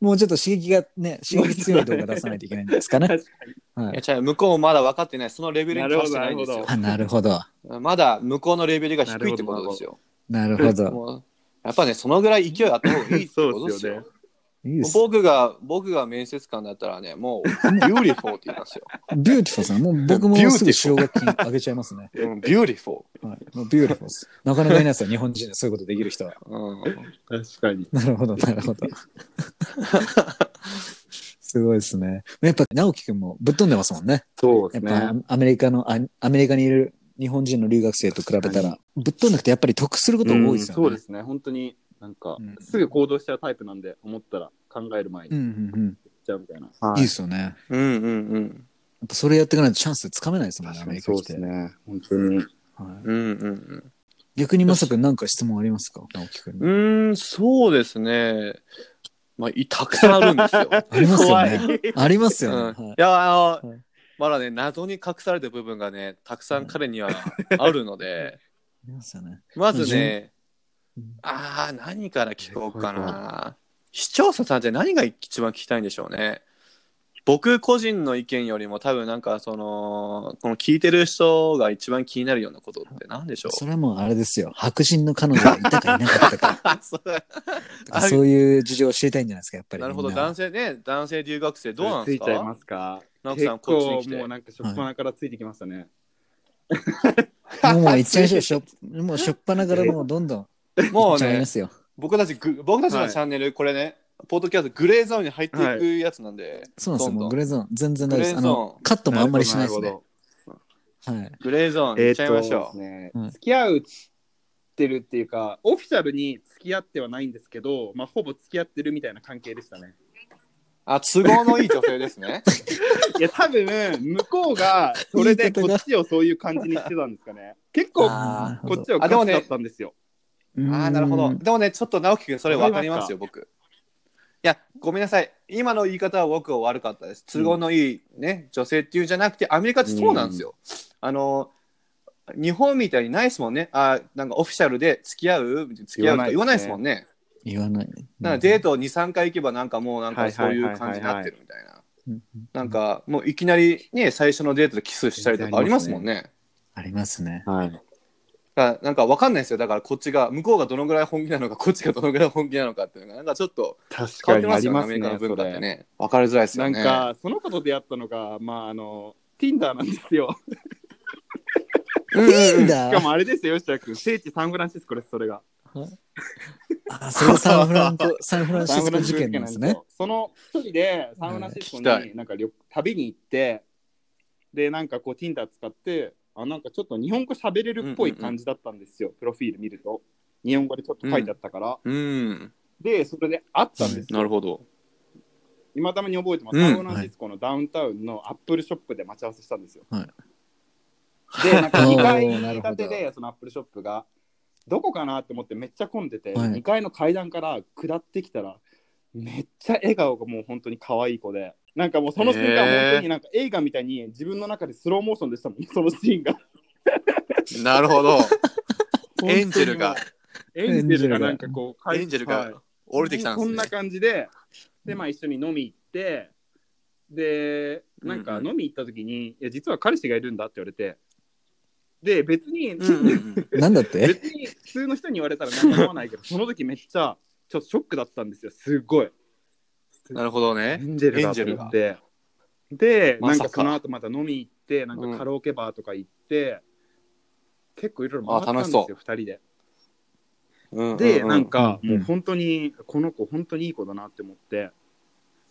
[SPEAKER 3] もうちょっと刺激がね、刺激強い動画出さないといけないんです かね。
[SPEAKER 4] 確かに
[SPEAKER 3] はい
[SPEAKER 2] いや、じゃあ向こうもまだ分かってない。そのレベルに達してないんです
[SPEAKER 4] なる
[SPEAKER 2] よ
[SPEAKER 4] ほ。
[SPEAKER 3] あ、なるほど。
[SPEAKER 2] まだ向こうのレベルが低いってことですよ。
[SPEAKER 3] なるほど。
[SPEAKER 2] もうやっぱね、そのぐらい勢いあった方がいいってことですよ。
[SPEAKER 4] そうで
[SPEAKER 3] いいです。
[SPEAKER 2] 僕が、僕が面接官だったらね、もう、beautiful って言いますよ。
[SPEAKER 3] ビューティフォーさん。もう僕 もすぐ奨学金あげちゃいますね。
[SPEAKER 2] うん、beautiful。
[SPEAKER 3] はい。もうビューティフォーです。なかなかいないですよ、日本人でそういうことできる人は。
[SPEAKER 2] うん。
[SPEAKER 4] 確かに。
[SPEAKER 3] なるほど、なるほ ど。すごいですね。やっぱ、直樹くんもぶっ飛んでますもんね。
[SPEAKER 4] そう
[SPEAKER 3] や
[SPEAKER 4] で
[SPEAKER 3] っ
[SPEAKER 4] す
[SPEAKER 3] ぱ、
[SPEAKER 4] ね。
[SPEAKER 3] アメリカの、あアメリカにいる日本人の留学生と比べたら、ぶっ飛んでくてやっぱり得することが多いですよね。
[SPEAKER 4] そうですね。本当になんか、
[SPEAKER 3] うん
[SPEAKER 4] すぐ行動しちゃうタイプなんで、思ったら考える前に
[SPEAKER 3] う
[SPEAKER 4] やっ
[SPEAKER 3] んうんうん。
[SPEAKER 4] ちゃうみたいな。
[SPEAKER 3] いいですよね。やっ
[SPEAKER 2] うんうん
[SPEAKER 3] ぱそれやっていかないとチャンスつかめないですもんね、アメリカ
[SPEAKER 4] そう
[SPEAKER 3] 来
[SPEAKER 4] で
[SPEAKER 3] て。
[SPEAKER 4] すね。本当に。
[SPEAKER 3] は
[SPEAKER 2] うん。うんうん
[SPEAKER 3] い、逆にまさくん何か質問ありますか直樹くん
[SPEAKER 2] う
[SPEAKER 3] に。
[SPEAKER 2] ん。うーん、そうですね。まあ、いたくさんあるん ですよ。
[SPEAKER 3] ありますよね
[SPEAKER 4] 怖い。
[SPEAKER 3] あります
[SPEAKER 2] うん、
[SPEAKER 3] よね。
[SPEAKER 2] い
[SPEAKER 3] はい
[SPEAKER 2] や、あの、
[SPEAKER 3] はい
[SPEAKER 2] まだね、謎に隠された部分がね、たくさん彼にはあるので、
[SPEAKER 3] ありますよね。
[SPEAKER 2] まずね
[SPEAKER 3] うん、
[SPEAKER 2] ああ、何から聞こうか
[SPEAKER 4] はい
[SPEAKER 2] な。視聴者さんって何が一番聞きたいんでしょうね。僕個人の意見よりも多分なんかその、この聞いてる人が一番気になるようなことって何でしょう
[SPEAKER 3] それはもうあれですよ。白人の彼女がいたかいなかったか
[SPEAKER 2] あそう
[SPEAKER 3] とか、そういう事情を知りたいんじゃないですか、やっぱ り。
[SPEAKER 2] なるほど
[SPEAKER 3] みんは
[SPEAKER 2] 男性ね男性留学生どうなんです
[SPEAKER 4] ついちゃいま
[SPEAKER 2] か
[SPEAKER 4] すか
[SPEAKER 2] 直樹
[SPEAKER 4] 結
[SPEAKER 2] さんこっちに
[SPEAKER 4] 構
[SPEAKER 2] 来て
[SPEAKER 4] もうなんかしょっぱなからついてきましたね。
[SPEAKER 3] もうもう行っちゃいましょう。しょもうしょっぱなからもうどんどん行
[SPEAKER 2] も
[SPEAKER 3] っ
[SPEAKER 2] う
[SPEAKER 3] ちゃい
[SPEAKER 2] ね
[SPEAKER 3] ますよ。
[SPEAKER 2] 僕たちグ僕たちの
[SPEAKER 4] はい
[SPEAKER 2] チャンネル、これねポッドキャストグレーゾーンに入っていくやつなんで、
[SPEAKER 3] そうなんです
[SPEAKER 2] ど
[SPEAKER 3] よ。
[SPEAKER 2] ん
[SPEAKER 3] も
[SPEAKER 2] ど
[SPEAKER 3] うんグレーゾーン、全然大丈夫です。あ
[SPEAKER 2] グレーゾ
[SPEAKER 3] の
[SPEAKER 2] ーン、
[SPEAKER 3] カットもあんまりしないです
[SPEAKER 4] なる
[SPEAKER 3] ね
[SPEAKER 4] ほ。
[SPEAKER 3] はい。
[SPEAKER 2] グレーゾーン
[SPEAKER 4] ど。え
[SPEAKER 2] 行っ
[SPEAKER 4] っ
[SPEAKER 2] ちゃいましょ
[SPEAKER 4] と
[SPEAKER 2] う、
[SPEAKER 4] ね
[SPEAKER 3] うん
[SPEAKER 4] 付き合うってるっていうか、オフィシャルに付き合ってはないんですけど、まあほぼ付き合ってるみたいな関係でしたね。
[SPEAKER 2] あ都合のいい女性です ね
[SPEAKER 4] いや、多分向こうが、それでこっちをそういう感じにしてたんですかね。結構、
[SPEAKER 3] あー
[SPEAKER 4] こっちをガチだったんですよ。
[SPEAKER 2] ああなるほ
[SPEAKER 3] う
[SPEAKER 2] ど
[SPEAKER 3] ん
[SPEAKER 2] でもねちょっと直樹君それ分かりますよ僕いやごめんなさい今の言い方は僕は悪かったです都合のいい、ね女性っていうんじゃなくてアメリカってそうなんですよ、あの日本みたいにないですもんねあなんかオフィシャルで付き合う付き合うとか言
[SPEAKER 4] 言
[SPEAKER 2] わな
[SPEAKER 4] わないい
[SPEAKER 2] で
[SPEAKER 4] ですすね
[SPEAKER 2] もんね
[SPEAKER 3] 言わない。
[SPEAKER 2] なんかデートを23回行けばなんかもうなんかそういう感じになってるみたいな。
[SPEAKER 3] うん
[SPEAKER 2] なんかもういきなりね最初のデートでキスしたりとかありますもんね。
[SPEAKER 3] ありますね。
[SPEAKER 4] はい。
[SPEAKER 2] だからなんかわかんないですよだからこっちが向こうがどのぐらい本気なのかこっちがどのぐらい本気なのかっていうのがなんかちょっと
[SPEAKER 4] 確
[SPEAKER 2] 変
[SPEAKER 4] か
[SPEAKER 2] わって
[SPEAKER 4] にあ
[SPEAKER 2] ます
[SPEAKER 4] り
[SPEAKER 2] よね
[SPEAKER 4] ま
[SPEAKER 2] ア
[SPEAKER 4] す
[SPEAKER 2] メリカの
[SPEAKER 4] ね。
[SPEAKER 2] 文
[SPEAKER 4] そ
[SPEAKER 2] 化って
[SPEAKER 4] れ
[SPEAKER 2] ね。わかりづらいです
[SPEAKER 4] な
[SPEAKER 2] よ
[SPEAKER 4] ん
[SPEAKER 2] ね。
[SPEAKER 4] か、その子と出会ったのが、まあ、あの、Tinder なんですよ。
[SPEAKER 2] うん
[SPEAKER 3] いいん
[SPEAKER 4] し
[SPEAKER 3] だ
[SPEAKER 4] か。もあれですよ、吉田君。聖地サンフランシスコです、それが。
[SPEAKER 3] あ、それサンフラン コ、サンフランシスコ事件なんですね。
[SPEAKER 4] よ。その一人でサンフランシスコ
[SPEAKER 2] はい聞き
[SPEAKER 4] になんか旅旅に行って、で、なんかこう Tinder 使って、あ、なんかちょっと日本語喋れるっぽい感じだったんですよ、プロフィール見ると。日本語でちょっと書いてあったから。
[SPEAKER 2] うん
[SPEAKER 4] で、それで会ったんです
[SPEAKER 2] なるほど。
[SPEAKER 4] 今たまに覚えてま
[SPEAKER 2] う
[SPEAKER 4] す、
[SPEAKER 2] ん
[SPEAKER 4] サンフランシスコのダウンタウンのアップルショップで待ち合わせしたんですよ。
[SPEAKER 3] は
[SPEAKER 4] で、なんか2
[SPEAKER 3] おーなるほど
[SPEAKER 4] 階建てで、そのアップルショップが、どこかなって思ってめっちゃ混んでて、
[SPEAKER 3] はい
[SPEAKER 4] 2階の階段から下ってきたら、めっちゃ笑顔がもう本当に可愛い子で、なんかもうその瞬間、
[SPEAKER 2] へー
[SPEAKER 4] 本当になんか映画みたいに自分の中でスローモーションでしたもん、そのシー ンが。
[SPEAKER 2] なるほ ど。エンジェルが
[SPEAKER 4] エンジェルがなんかこう、
[SPEAKER 2] エンジェル
[SPEAKER 4] はい
[SPEAKER 2] が降りてきたんです
[SPEAKER 4] そ
[SPEAKER 2] ね
[SPEAKER 4] んな。感じで、で、まあ一緒に飲み行って、で、なんか
[SPEAKER 2] うんうん
[SPEAKER 4] 飲み行った時に、いや、実は彼氏がいるんだって言われて、で、別に、
[SPEAKER 2] うんうんうん
[SPEAKER 3] なんだって
[SPEAKER 4] 別に普通の人に言われたら何も思わな いけど、その時めっちゃ、ちょっとショックだったんですよ、すごい。
[SPEAKER 2] なるほど
[SPEAKER 4] エ
[SPEAKER 2] ね。
[SPEAKER 4] ンジェル
[SPEAKER 2] エン
[SPEAKER 4] だ
[SPEAKER 2] ジ
[SPEAKER 4] と
[SPEAKER 2] ェル
[SPEAKER 4] 思
[SPEAKER 2] が
[SPEAKER 4] って。で、
[SPEAKER 2] ま
[SPEAKER 4] なん
[SPEAKER 2] さか
[SPEAKER 4] かその後また飲み行って、なんかカラオケバーとか行って、結構いろいろ回ったんです
[SPEAKER 2] あ
[SPEAKER 4] よ
[SPEAKER 2] 楽し、
[SPEAKER 4] 2人で。
[SPEAKER 2] う
[SPEAKER 4] で、
[SPEAKER 2] う
[SPEAKER 4] なんか、
[SPEAKER 3] うん
[SPEAKER 4] もう本当に、この子、本当にいい子だなって思って、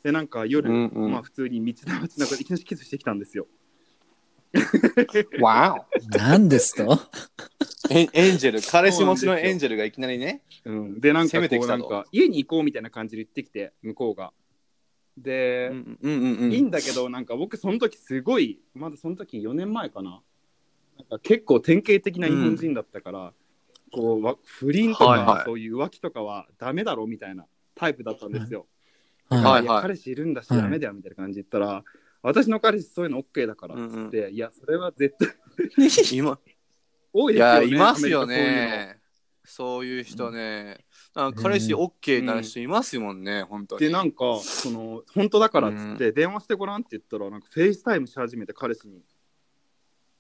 [SPEAKER 4] で、なんか夜、
[SPEAKER 2] うんうん
[SPEAKER 4] まあ、普通に道の街の中でいきなりキスしてきたんですよ。
[SPEAKER 2] わ
[SPEAKER 3] なんですと
[SPEAKER 2] おエンエンジェル彼氏持ちのエンジェルがいきなりね。
[SPEAKER 4] うん、で、なん
[SPEAKER 2] 攻め
[SPEAKER 4] か
[SPEAKER 2] て
[SPEAKER 4] こ
[SPEAKER 2] き
[SPEAKER 4] う、
[SPEAKER 2] た
[SPEAKER 4] な
[SPEAKER 2] と
[SPEAKER 4] んか、家に行こうみたいな感じで言ってきて、向こうが。で、
[SPEAKER 2] うんうんうん
[SPEAKER 4] いいんだけど、なんか僕、その時すごい、まだその時4年前かな。なんか結構典型的な日本人だったから、こうわ不倫とか、
[SPEAKER 2] はいはい
[SPEAKER 4] そういう浮気とかはダメだろうみたいなタイプだったんですよ。
[SPEAKER 2] はい
[SPEAKER 4] いや彼氏いるんだし、
[SPEAKER 3] はい
[SPEAKER 4] ダメだよみたいな感じで言ったら、私の彼氏そういうの OK だからっつ
[SPEAKER 2] うんうん
[SPEAKER 4] って、いや、それは絶対
[SPEAKER 2] 今
[SPEAKER 4] 多い
[SPEAKER 2] い
[SPEAKER 4] ですよ
[SPEAKER 2] や、
[SPEAKER 4] ね。
[SPEAKER 2] いますよ
[SPEAKER 4] アメリカ
[SPEAKER 2] ね。そういう人ね。あ彼氏 OK な人いますもんね、本当に。
[SPEAKER 4] でなんかその本当だからっつって電話してごらんって言ったらなんかフェイスタイムし始めて彼氏に。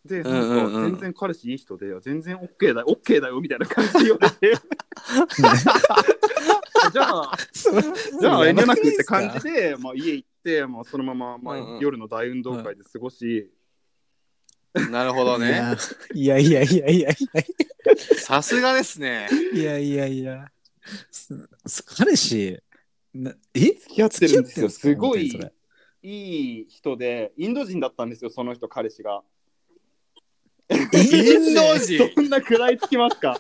[SPEAKER 4] で
[SPEAKER 2] うんうんう
[SPEAKER 4] なんんか全然彼氏いい人で全然 OK だよ OK だよみたいな感じで言われて じゃあ じゃあ遠慮なくって感じで、まあ、家行って、まあ、そのまま、まあ
[SPEAKER 2] うんうん
[SPEAKER 4] 夜の大運動会で過ごし、
[SPEAKER 2] なるほどね。
[SPEAKER 3] いやいやいやいやいや
[SPEAKER 2] さすがですね。
[SPEAKER 3] いやいやいや。すす彼氏、なえ
[SPEAKER 4] 付き合ってるんですよ
[SPEAKER 3] 付
[SPEAKER 4] す
[SPEAKER 3] き合っ
[SPEAKER 4] ご
[SPEAKER 3] てん
[SPEAKER 4] い
[SPEAKER 3] ですか
[SPEAKER 4] いい人でインド人だったんですよその人彼氏が
[SPEAKER 2] インド
[SPEAKER 3] 人
[SPEAKER 2] 人
[SPEAKER 4] そんな食らいつきますか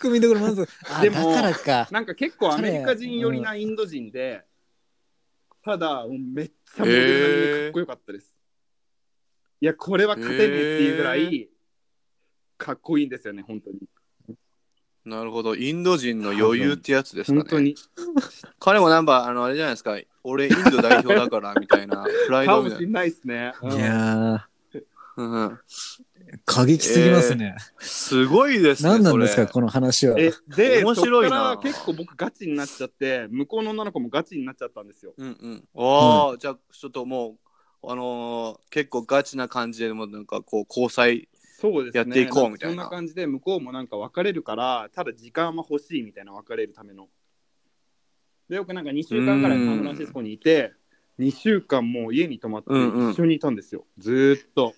[SPEAKER 3] 組みどころまず、あ、
[SPEAKER 4] で
[SPEAKER 3] だ
[SPEAKER 4] も
[SPEAKER 3] からか。
[SPEAKER 4] なんか結構アメリカ人寄りなインド人で、ただもうめっちゃモデル並みにかっこよかったです、いやこれは勝てねえっていうぐら
[SPEAKER 2] へ
[SPEAKER 4] いかっこいいんですよね本当に
[SPEAKER 2] なるほど。インド人の余裕ってやつです
[SPEAKER 4] 本
[SPEAKER 2] か
[SPEAKER 4] 当
[SPEAKER 2] ね。
[SPEAKER 4] に
[SPEAKER 2] 彼もなんか、あの、あれじゃないですか。俺、インド代表だから、みたい な。プライ
[SPEAKER 4] か
[SPEAKER 2] ド
[SPEAKER 4] も
[SPEAKER 2] みた
[SPEAKER 4] し
[SPEAKER 2] い
[SPEAKER 4] んないですね、うん
[SPEAKER 3] いや
[SPEAKER 2] な。うん
[SPEAKER 3] ー、過激すぎますね。
[SPEAKER 2] すごいですね。
[SPEAKER 3] 何なんですか、
[SPEAKER 2] そ
[SPEAKER 3] この話は。
[SPEAKER 4] えで
[SPEAKER 2] 面白いな
[SPEAKER 4] そっから結構僕ガチになっちゃって向こうの女の子もガチになっちゃったんですよ
[SPEAKER 2] れうんうん。ああ、じゃあ、ちょっともう、あのー結構ガチな感じでも、なんかこう、交際。
[SPEAKER 4] そうですね
[SPEAKER 2] やっていこうみたいなん
[SPEAKER 4] かそんな感じで向こうもなんか別れるからただ時間は欲しいみたいな別れるためのでよくなんか2週間からいサンフランシスコにいて2週間もう家に泊まって
[SPEAKER 2] うんうん
[SPEAKER 4] 一緒にいたんですよ、ずーっと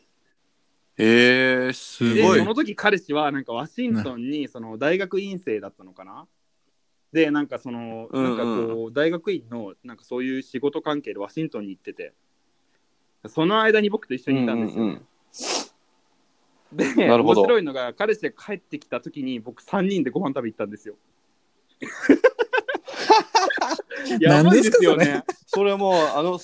[SPEAKER 2] えー、す
[SPEAKER 4] で
[SPEAKER 2] ごい
[SPEAKER 4] そ。の時彼氏はなんかワシントンにその大学院生だったのかなでなんかその
[SPEAKER 2] うんう
[SPEAKER 4] なん
[SPEAKER 2] ん
[SPEAKER 4] かこう大学院のなんかそういう仕事関係でワシントンに行っててその間に僕と一緒にいたんですよ、
[SPEAKER 2] うんうんうん
[SPEAKER 4] で
[SPEAKER 2] なるほど
[SPEAKER 4] 面白いのが彼氏が帰ってきた時に僕3人でご飯食べ行ったんで すよやばいですよね
[SPEAKER 2] それもう、あの、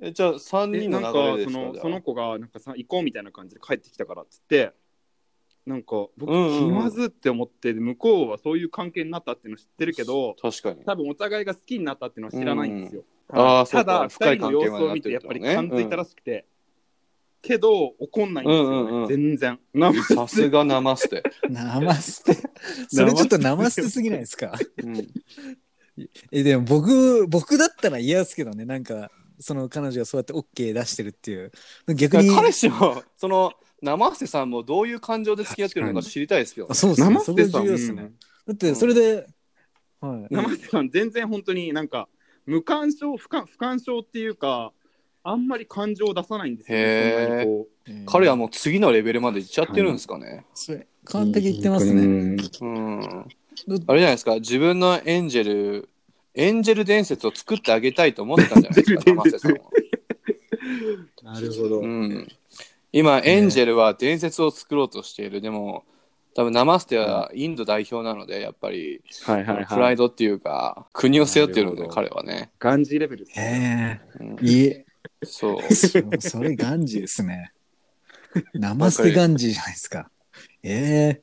[SPEAKER 2] えじゃあ、3人の
[SPEAKER 4] なんか
[SPEAKER 2] 流れで
[SPEAKER 4] そ
[SPEAKER 2] すか
[SPEAKER 4] の
[SPEAKER 2] じゃあ
[SPEAKER 4] その子がなんかさ行こうみたいな感じで帰ってきたからっつってなんか
[SPEAKER 2] う
[SPEAKER 4] 僕
[SPEAKER 2] んうんうん
[SPEAKER 4] 気まずって思ってで向こうはそういう関係になったっていうの知ってるけど
[SPEAKER 2] 確かに。
[SPEAKER 4] 多分お互いが好きになったっていうのは知らないんですよ、
[SPEAKER 2] うんあー
[SPEAKER 4] ただ
[SPEAKER 2] そうか
[SPEAKER 4] 2人の様子を見てやっぱり感づいたらしくて、けど怒んないんですよ、ね
[SPEAKER 2] うんうんうん
[SPEAKER 4] 全然なんか
[SPEAKER 2] さすがナマステ。
[SPEAKER 3] 生捨て。それちょっと生捨てすぎないですか。
[SPEAKER 2] うん
[SPEAKER 3] え、でも僕、僕だったら嫌ですけどね、なんか、その彼女がそうやって OK 出してるっていう。逆に。
[SPEAKER 2] 彼氏も、その、生瀬さんもどういう感情で付き合ってるのか知りたいですけど
[SPEAKER 3] あ。そうですね。
[SPEAKER 4] 生
[SPEAKER 3] そ
[SPEAKER 4] 捨
[SPEAKER 3] れ
[SPEAKER 4] て
[SPEAKER 3] 重
[SPEAKER 4] さ
[SPEAKER 3] 要
[SPEAKER 4] ん
[SPEAKER 3] ですね。だって、それで、はい。
[SPEAKER 4] 生瀬さん全然本当になんか無干渉不干不干渉っていうかあんまり感情を出さないんですよ、
[SPEAKER 2] へー
[SPEAKER 4] ね、そんなにこ
[SPEAKER 3] えー
[SPEAKER 2] 彼はもう次のレベルまで行っちゃってるんですかね。
[SPEAKER 3] それ
[SPEAKER 4] う
[SPEAKER 3] 完璧言ってますね。
[SPEAKER 4] う
[SPEAKER 2] う
[SPEAKER 4] ん
[SPEAKER 2] ん。あれじゃないですか、自分のエンジェル、エンジェル伝説を作ってあげたいと思ってたんじゃないですか、
[SPEAKER 4] エン
[SPEAKER 2] 生
[SPEAKER 4] ジェル伝
[SPEAKER 2] 瀬さ
[SPEAKER 4] 説
[SPEAKER 2] んは。
[SPEAKER 4] なるほど
[SPEAKER 2] うん、今、エンジェルは伝説を作ろうとしている。でも、多分ナマステはインド代表なので、やっぱり、
[SPEAKER 4] はいはい
[SPEAKER 2] プラ
[SPEAKER 4] は
[SPEAKER 2] イ
[SPEAKER 4] い
[SPEAKER 2] ドっていうか、国を背負ってるの
[SPEAKER 4] な
[SPEAKER 2] で、
[SPEAKER 4] るほ
[SPEAKER 2] 彼はね。
[SPEAKER 4] ガンジーレベルですね
[SPEAKER 3] え
[SPEAKER 2] うん
[SPEAKER 3] え、いえ、
[SPEAKER 2] そう。
[SPEAKER 3] そそ れガンジーですね。生捨てガンジーじゃないですか。ええ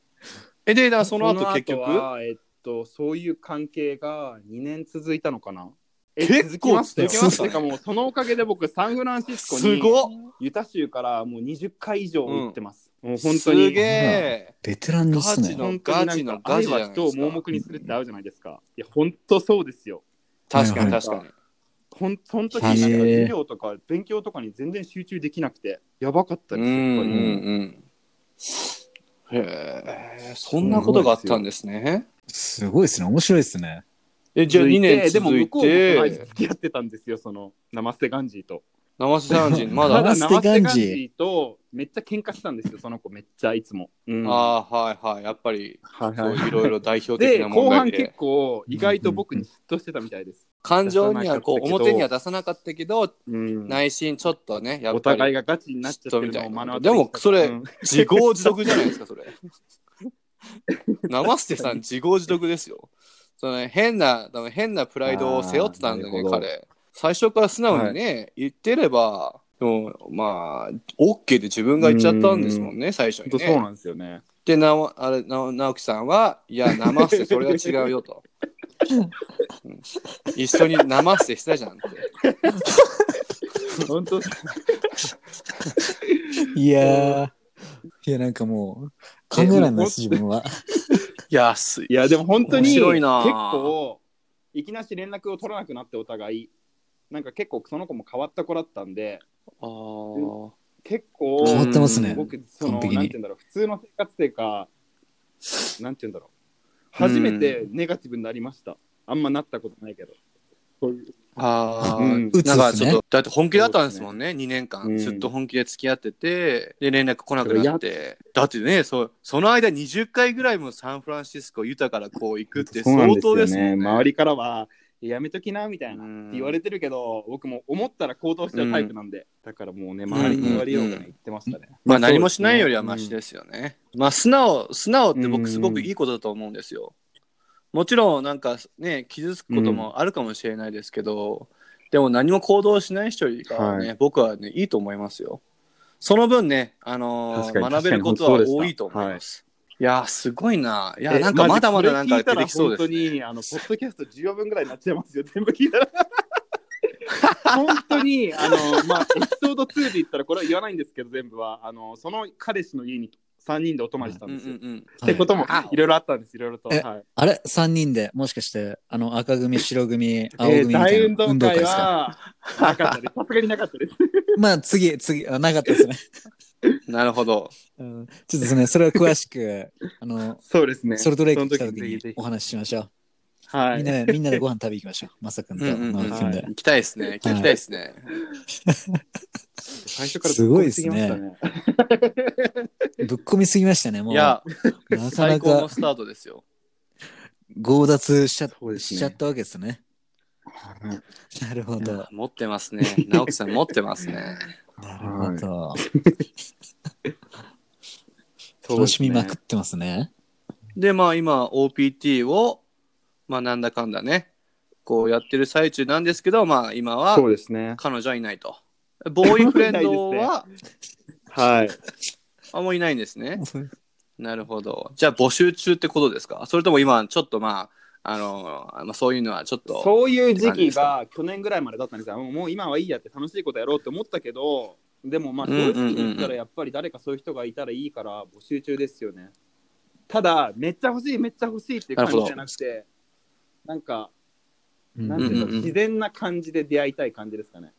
[SPEAKER 2] え、で、だからその後結
[SPEAKER 4] そ
[SPEAKER 2] 局、
[SPEAKER 4] の後はえっとそういう関係が2年続いたのかなえ
[SPEAKER 2] 結構
[SPEAKER 4] 続きました
[SPEAKER 2] 続きました
[SPEAKER 4] よ
[SPEAKER 2] ね
[SPEAKER 4] てかもうそのおかげで僕サンフランシスコ
[SPEAKER 2] す
[SPEAKER 4] に
[SPEAKER 2] ごっ
[SPEAKER 4] ユタ州からもう20回以上行ってます、もう本当
[SPEAKER 2] す
[SPEAKER 4] に
[SPEAKER 2] げえ
[SPEAKER 3] ベテランです
[SPEAKER 2] ガチ
[SPEAKER 3] ね
[SPEAKER 2] の。
[SPEAKER 4] 本当に
[SPEAKER 2] ガ
[SPEAKER 4] なんか
[SPEAKER 2] チ
[SPEAKER 4] 愛
[SPEAKER 2] のガチじゃない
[SPEAKER 4] は
[SPEAKER 2] ですか
[SPEAKER 4] 人を盲目にするってあるじゃないですかいや本当そうですよ
[SPEAKER 2] 確かに
[SPEAKER 3] はいはい
[SPEAKER 2] 確かに。
[SPEAKER 4] ほんその時
[SPEAKER 3] へー
[SPEAKER 4] なんか授業とか勉強とかに全然集中できなくてやばかった
[SPEAKER 2] う
[SPEAKER 4] で
[SPEAKER 2] ん
[SPEAKER 4] す
[SPEAKER 2] う
[SPEAKER 4] よ
[SPEAKER 2] んうん。
[SPEAKER 4] やっぱり
[SPEAKER 2] へえ、そんなことがあったんですね。
[SPEAKER 3] すごいですね。面白いですね。
[SPEAKER 2] え、じゃあ2年
[SPEAKER 4] でも
[SPEAKER 2] 続い
[SPEAKER 4] 向こうも隣に
[SPEAKER 2] て、
[SPEAKER 4] 付き合ってたんですよその生瀬ガンジーと
[SPEAKER 2] 生瀬さん人、まだ。
[SPEAKER 4] ただ
[SPEAKER 3] 生瀬
[SPEAKER 4] 生
[SPEAKER 3] ガンジ
[SPEAKER 4] 瀬
[SPEAKER 3] ー
[SPEAKER 4] ガンジーとめっちゃ喧嘩したんですよその子めっちゃいつも、うん
[SPEAKER 2] ああ、はいはい。やっぱり、
[SPEAKER 4] はい
[SPEAKER 2] そう
[SPEAKER 4] はい
[SPEAKER 2] いろいろ代表的
[SPEAKER 4] で
[SPEAKER 2] な問
[SPEAKER 4] 後半
[SPEAKER 2] 題
[SPEAKER 4] 結
[SPEAKER 2] で。
[SPEAKER 4] 構意外と僕に嫉妬してたみたいです、
[SPEAKER 2] 感情にはこう、
[SPEAKER 4] 出さなかったけど
[SPEAKER 2] 表には出さなかったけど、
[SPEAKER 4] うん
[SPEAKER 2] 内心ちょっとね、やっ
[SPEAKER 4] お
[SPEAKER 2] ぱ
[SPEAKER 4] 互い
[SPEAKER 2] り、
[SPEAKER 4] がガチになっちゃってるのを目の当たりにし
[SPEAKER 2] で
[SPEAKER 4] た
[SPEAKER 2] もそれ
[SPEAKER 4] うん
[SPEAKER 2] 自業自得じゃないですか、それ。生瀬さん、自業自得ですよ。そのね変な、多分変なプライドを背負ってたんだよ
[SPEAKER 4] あ
[SPEAKER 2] ね、
[SPEAKER 4] ーなるほど
[SPEAKER 2] 彼。最初から素直にね、言ってれば、でもまあ、OK で自分が言っちゃったんですもんね、最初
[SPEAKER 4] 本
[SPEAKER 2] に、
[SPEAKER 4] 当そう
[SPEAKER 2] ね。
[SPEAKER 4] なんですよね
[SPEAKER 2] で、なおあれな直樹さんは、いや、生瀬、それは違うよと。うん一緒に生瀬したじゃんって。
[SPEAKER 4] 本当
[SPEAKER 3] いやー。いや、なんかもう、考えられないです、自分は。
[SPEAKER 2] い安い。
[SPEAKER 4] いや、でも本当
[SPEAKER 2] 面
[SPEAKER 4] に、
[SPEAKER 2] 白い
[SPEAKER 4] 結
[SPEAKER 2] な
[SPEAKER 4] 構、いきなし連絡を取らなくなって、お互い。なんか結構、その子も変わった子だったんで、
[SPEAKER 2] あー
[SPEAKER 4] 結構、
[SPEAKER 3] 変わってますね
[SPEAKER 4] 僕、そ
[SPEAKER 3] 完
[SPEAKER 4] の、なんて
[SPEAKER 3] 璧に
[SPEAKER 4] 言うんだろう、普通の生活生か、なんて言うんだろう、初めてネガティブになりました。あんまなったことないけど。そういう
[SPEAKER 2] あー、
[SPEAKER 4] うん
[SPEAKER 2] なんかちょっ
[SPEAKER 3] 鬱っすね
[SPEAKER 2] と、だって本気だったんですもんね、2年
[SPEAKER 4] う
[SPEAKER 2] 間。
[SPEAKER 4] ん
[SPEAKER 2] ずっと本気で付き合ってて、で、連絡来なくなって。だってね、そうその間20回ぐらいもサンフランシスコ、ユタからこう行くって
[SPEAKER 4] そうな
[SPEAKER 2] 相
[SPEAKER 4] んです
[SPEAKER 2] 当
[SPEAKER 4] よ
[SPEAKER 2] ですもん
[SPEAKER 4] ね。
[SPEAKER 2] ね。
[SPEAKER 4] 周りからは、やめときなみたいな
[SPEAKER 2] う
[SPEAKER 4] っ
[SPEAKER 2] ん
[SPEAKER 4] て言われてるけど、僕も思ったら行動しちゃうタイプなんで、だからもうね、周りに言われようがね言ってましたね。
[SPEAKER 2] まあ何もしないよりはマシですよね。まあ素直、素直って
[SPEAKER 4] うん
[SPEAKER 2] 僕すごくいいことだと思うんですよ。もちろんなんかね、傷つくこともあるかもしれないですけど、でも何も行動しない人よりかはね、僕はね、いいと思いますよ。その分ね、あのー
[SPEAKER 4] 確かに
[SPEAKER 2] 学べることは多いと思います。いやー、すごいな。いやー、なんか
[SPEAKER 4] え
[SPEAKER 2] まだまだ
[SPEAKER 4] マ
[SPEAKER 2] なん
[SPEAKER 4] ジで
[SPEAKER 2] か出てきそうです、
[SPEAKER 4] これ聞い
[SPEAKER 2] ね。
[SPEAKER 4] たら本当に、あの、ポッドキャスト14分ぐらいになっちゃいますよ、全部聞いたら。本当に、あの、まあ、エピソード2で言ったら、これは言わないんですけど、全部は、あの、その彼氏の家に3人でお泊まりした
[SPEAKER 2] うんんう
[SPEAKER 4] ですよ。
[SPEAKER 2] ん
[SPEAKER 4] ってことも
[SPEAKER 2] はい、
[SPEAKER 4] いろいろあったんです、いろいろと。
[SPEAKER 3] え
[SPEAKER 4] はい
[SPEAKER 3] あれ ?3 人で、もしかして、あの、赤組、白組、青 組
[SPEAKER 4] えー
[SPEAKER 3] みた
[SPEAKER 4] 大
[SPEAKER 3] い
[SPEAKER 4] 運
[SPEAKER 3] な
[SPEAKER 4] 動
[SPEAKER 3] 運動会
[SPEAKER 4] 会
[SPEAKER 3] ですか、
[SPEAKER 4] はなかったです。さすがになかったです。
[SPEAKER 3] まあ、次、次、あなかったです ね。
[SPEAKER 2] うん。なるほど。
[SPEAKER 3] うんちょっとですね、それは詳しく、あの、
[SPEAKER 4] そうですね
[SPEAKER 3] ソルトレイク来
[SPEAKER 4] そ
[SPEAKER 3] た
[SPEAKER 4] の
[SPEAKER 3] 時
[SPEAKER 4] ぜひ
[SPEAKER 3] に
[SPEAKER 4] ぜひ
[SPEAKER 3] お話ししましょう。
[SPEAKER 4] は
[SPEAKER 3] みん
[SPEAKER 4] い。
[SPEAKER 3] なで、みんなでご飯食べ行きま しょう。まさくんと
[SPEAKER 2] うんうんうん
[SPEAKER 3] 直樹くんで
[SPEAKER 4] は。
[SPEAKER 2] 行きたいですね。行きたいですね。
[SPEAKER 4] 最初から
[SPEAKER 3] すごいですね
[SPEAKER 4] ぶっ込みすぎまし
[SPEAKER 3] ぶっ込みすぎましたね、も。
[SPEAKER 2] いうや、
[SPEAKER 3] なかな
[SPEAKER 2] 最高の
[SPEAKER 3] か
[SPEAKER 2] スタートですよ。
[SPEAKER 3] 強奪しちゃ,、
[SPEAKER 4] そうですね
[SPEAKER 3] しちゃったわけですね。
[SPEAKER 4] たね。
[SPEAKER 3] なるほど。
[SPEAKER 2] 持ってますね。直樹さん持ってますね。
[SPEAKER 3] なるほど。
[SPEAKER 4] そうで
[SPEAKER 3] 楽
[SPEAKER 4] す
[SPEAKER 3] し
[SPEAKER 4] ね
[SPEAKER 3] みまくってますね。
[SPEAKER 2] で、まあ今 OPT を、まあなんだかんだね、こうやってる最中なんですけど、まあ今は
[SPEAKER 4] そうですね。
[SPEAKER 2] 彼女はいないと。ボーイフレンド
[SPEAKER 4] いな
[SPEAKER 2] は、
[SPEAKER 4] はい。
[SPEAKER 2] あんまいないんですね。なるほど。じゃあ募集中ってことですかそれとも今ちょっとまあ、あの、まあ、そういうのはちょっと。
[SPEAKER 4] そういう時期が去年ぐらいまでだったんですよ。もう今はいいやって楽しいことやろうって思ったけど、でもまあ
[SPEAKER 2] う
[SPEAKER 4] 正
[SPEAKER 2] んうんうん
[SPEAKER 4] 直に言ったらやっぱり誰かそういう人がいたらいいから募集中ですよね。ただ、めっちゃ欲しい、めっちゃ欲しいっていう感じじゃなくて、なんか、
[SPEAKER 3] うん
[SPEAKER 4] なんていうの
[SPEAKER 2] うんうんうん
[SPEAKER 4] 自然な感じで出会いたい感じですかね。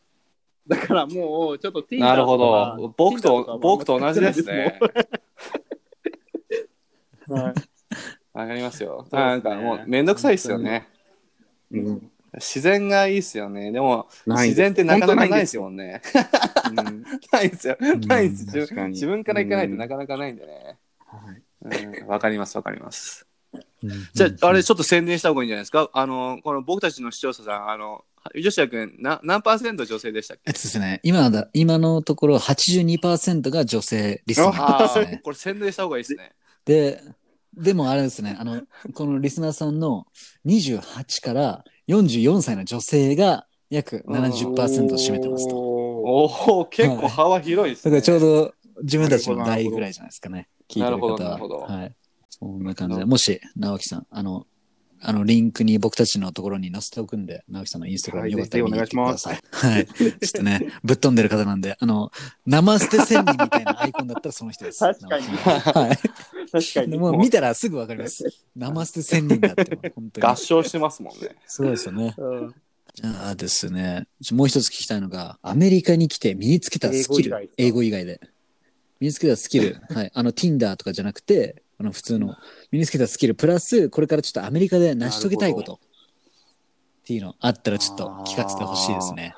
[SPEAKER 4] だからもう、ちょっと Tinder とか
[SPEAKER 2] なるほど。僕
[SPEAKER 4] Tinder か
[SPEAKER 2] と、僕と同じです
[SPEAKER 4] もう
[SPEAKER 2] ね。わかりますよ。
[SPEAKER 4] そうですね
[SPEAKER 2] なんかもうめんどくさいですよね。
[SPEAKER 4] うん
[SPEAKER 2] 自然がいいですよね。でも、
[SPEAKER 4] ないん
[SPEAKER 2] 自
[SPEAKER 4] です
[SPEAKER 2] 然ってなかなかないですもんね。
[SPEAKER 4] うん
[SPEAKER 2] ないですよ。
[SPEAKER 3] ん
[SPEAKER 2] ないです。自
[SPEAKER 4] 確か
[SPEAKER 2] 分
[SPEAKER 4] に
[SPEAKER 2] 自分から行かないとなかなかないんでね。
[SPEAKER 4] はい
[SPEAKER 2] うんわかります、わかります。
[SPEAKER 3] うん
[SPEAKER 2] じゃあ、あれ、ちょっと宣伝した方がいいんじゃないですか。あの、この僕たちの視聴者さん、あの、吉田君、な何パーセント女性でしたっ
[SPEAKER 3] え
[SPEAKER 2] け
[SPEAKER 3] っとですね、今だ、今のところ82%が女性リスナー
[SPEAKER 2] あ
[SPEAKER 3] です
[SPEAKER 2] あ、
[SPEAKER 3] ね。
[SPEAKER 2] これ宣伝した方がいいですね。
[SPEAKER 3] で、でもあれですね、あの、このリスナーさんの28から44歳の女性が約70%を占 めてますと。
[SPEAKER 4] おー
[SPEAKER 2] おお、結構幅広いです
[SPEAKER 3] だ
[SPEAKER 2] ね。
[SPEAKER 3] からちょうど自分たちの代ぐらいじゃないですかね。聞い
[SPEAKER 2] な
[SPEAKER 3] て
[SPEAKER 2] る
[SPEAKER 3] る
[SPEAKER 2] ほ
[SPEAKER 3] 方
[SPEAKER 2] ど
[SPEAKER 3] は。
[SPEAKER 2] なるほどなるほど
[SPEAKER 3] はい。そんな感じで、もし、直樹さん、あの、あの、リンクに僕たちのところに載せておくんで、直樹さんのインスタグラムよかったら見に行ってください。はい。ちょっとね、 ぶっ飛んでる方なんで、あの、生捨て千人みたいなアイコンだったらその人です。
[SPEAKER 4] 確かに
[SPEAKER 3] 直樹さんはい。
[SPEAKER 4] 確か
[SPEAKER 3] で
[SPEAKER 4] に。
[SPEAKER 3] もう見たらすぐわかります。生捨て千人だって、本当
[SPEAKER 2] 合
[SPEAKER 3] に。
[SPEAKER 2] 唱してますもんね。
[SPEAKER 3] そうですよね。
[SPEAKER 4] うん
[SPEAKER 3] じゃあですね、ちょもう一つ聞きたいのが、アメリカに来て身につけたスキル、
[SPEAKER 4] 英
[SPEAKER 3] 英
[SPEAKER 4] 語
[SPEAKER 3] 語以外で。身につけたスキ ル、はい、あの Tinder とかじゃなくて、あの普通の身につけたスキル、プラス、これからちょっとアメリカで成し遂げたいことっていうのあったらちょっと聞かせてほしいですね。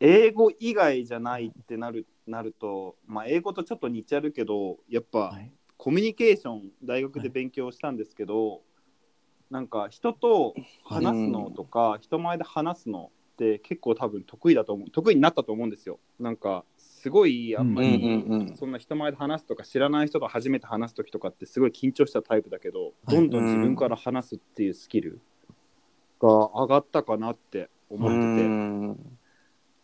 [SPEAKER 4] 英語以外じゃないってなるなると、まあ、英語とちょっと似ちゃるけど、やっぱ
[SPEAKER 3] はい
[SPEAKER 4] コミュニケーション、大学で勉強したんですけど、なんか人と話すのとか、人前で話すのって結構多分得意だと思う、得意になったと思うんですよ。なんかすごいあんま
[SPEAKER 2] うん
[SPEAKER 4] り、
[SPEAKER 2] うんうん。
[SPEAKER 4] そんな人前で話すとか知らない人と初めて話す時とかってすごい緊張したタイプだけど、
[SPEAKER 3] はい
[SPEAKER 4] どんどん自分から話すっていうスキルが上がったかなって思
[SPEAKER 2] う
[SPEAKER 4] ってて、
[SPEAKER 2] ん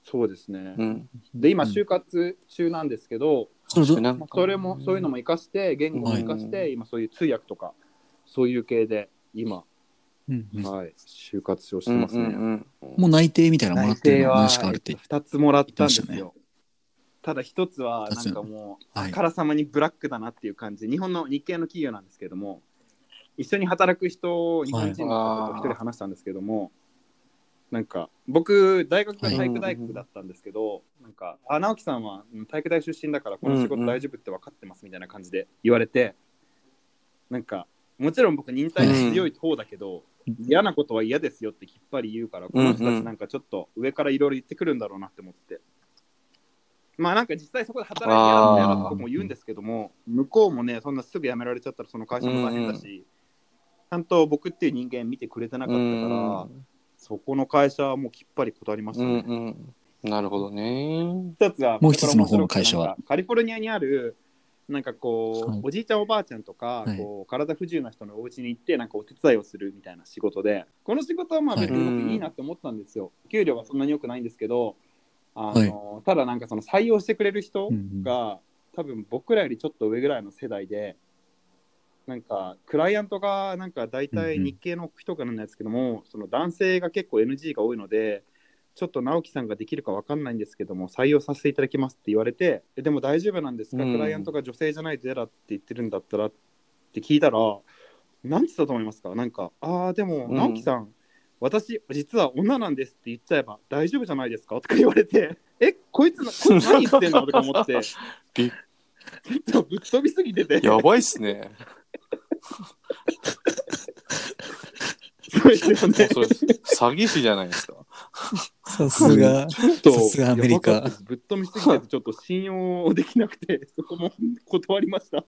[SPEAKER 4] そうですね、
[SPEAKER 2] うん。
[SPEAKER 4] で今
[SPEAKER 3] うん
[SPEAKER 4] 就活中なんですけど、
[SPEAKER 3] それど
[SPEAKER 2] なん
[SPEAKER 4] まあ
[SPEAKER 2] か
[SPEAKER 4] それもそういうのも活かして言語も活かして、
[SPEAKER 2] は
[SPEAKER 4] 今そういう通訳とかそういう系で今、
[SPEAKER 3] うんうん
[SPEAKER 4] はい、就活をして
[SPEAKER 2] うん
[SPEAKER 4] ま
[SPEAKER 2] う
[SPEAKER 4] すね、
[SPEAKER 2] んうん。
[SPEAKER 3] もう内定みたいなのもら
[SPEAKER 4] 内
[SPEAKER 3] ってる
[SPEAKER 4] 定
[SPEAKER 3] の
[SPEAKER 4] は
[SPEAKER 3] 何しかあるって言って。
[SPEAKER 4] 2つもらったんです
[SPEAKER 3] 言ってま
[SPEAKER 4] よ。ただ1つは、なんかもう、
[SPEAKER 3] はい
[SPEAKER 4] あからさまにブラックだなっていう感じ、日本の日系の企業なんですけども、一緒に働く人日本人の方と一人話したんですけども、なんか僕大学が体育大学だったんですけど、なんかあ直樹さんはうん体育大出身だからこの
[SPEAKER 2] う
[SPEAKER 4] 仕
[SPEAKER 2] んう
[SPEAKER 4] 事
[SPEAKER 2] ん
[SPEAKER 4] 大丈夫って分かってますみたいな感じで言われて、なんかもちろん僕忍耐強い方だけど、嫌なことは嫌ですよってきっぱり言うからこの人たちなんかちょっと上からいろいろ言ってくるんだろうなって思って。まあなんか実際そこで働いてやらってやるとも言うんですけども向こうもねそんなすぐ辞められちゃったらその会社も大変だし、ちゃんと僕っていう人間見てくれてなかったから、そこの会社はもうきっぱり断りました
[SPEAKER 2] うん
[SPEAKER 4] ね。
[SPEAKER 2] うんなるほどね。
[SPEAKER 4] 一つは
[SPEAKER 3] もう一つの方の会社は
[SPEAKER 4] なんかカリフォルニアにあるなんかこう、
[SPEAKER 3] はい
[SPEAKER 4] おじいちゃんおばあちゃんとか、
[SPEAKER 3] はい
[SPEAKER 4] こう体不自由な人のお家に行ってなんかお手伝いをするみたいな仕事でこの仕事はまあ別に僕いいなって思ったんですよ、給料はそんなに良くないんですけどあの、ただなんかその採用してくれる人
[SPEAKER 3] うんうん
[SPEAKER 4] が、多分僕らよりちょっと上ぐらいの世代でなんかクライアントがなんか大体
[SPEAKER 3] うんうん
[SPEAKER 4] 日系の人かなんですけども、その男性が結構 NG が多いのでちょっと直樹さんができるかわかんないんですけども採用させていただきますって言われてえでも大丈夫なんですか、
[SPEAKER 2] うん
[SPEAKER 4] クライアントが女性じゃないとやだって言ってるんだったらって聞いたら何て言ったと思いますかなんかああでも
[SPEAKER 2] うん
[SPEAKER 4] 直樹さん、私実は女なんですって言っちゃえば大丈夫じゃないですかとか言われてえこいつなこいつ何言ってんのとか思って
[SPEAKER 2] び
[SPEAKER 4] ちょっとぶっ飛びすぎてて
[SPEAKER 2] やばいっすね。もうそれ
[SPEAKER 4] そうですよね
[SPEAKER 2] 詐欺師じゃないですか。
[SPEAKER 3] さすが。
[SPEAKER 4] ちょっ
[SPEAKER 3] さすがアメリカ
[SPEAKER 4] やばかったですぶっ飛びすぎててちょっと信用できなくて そこも断りました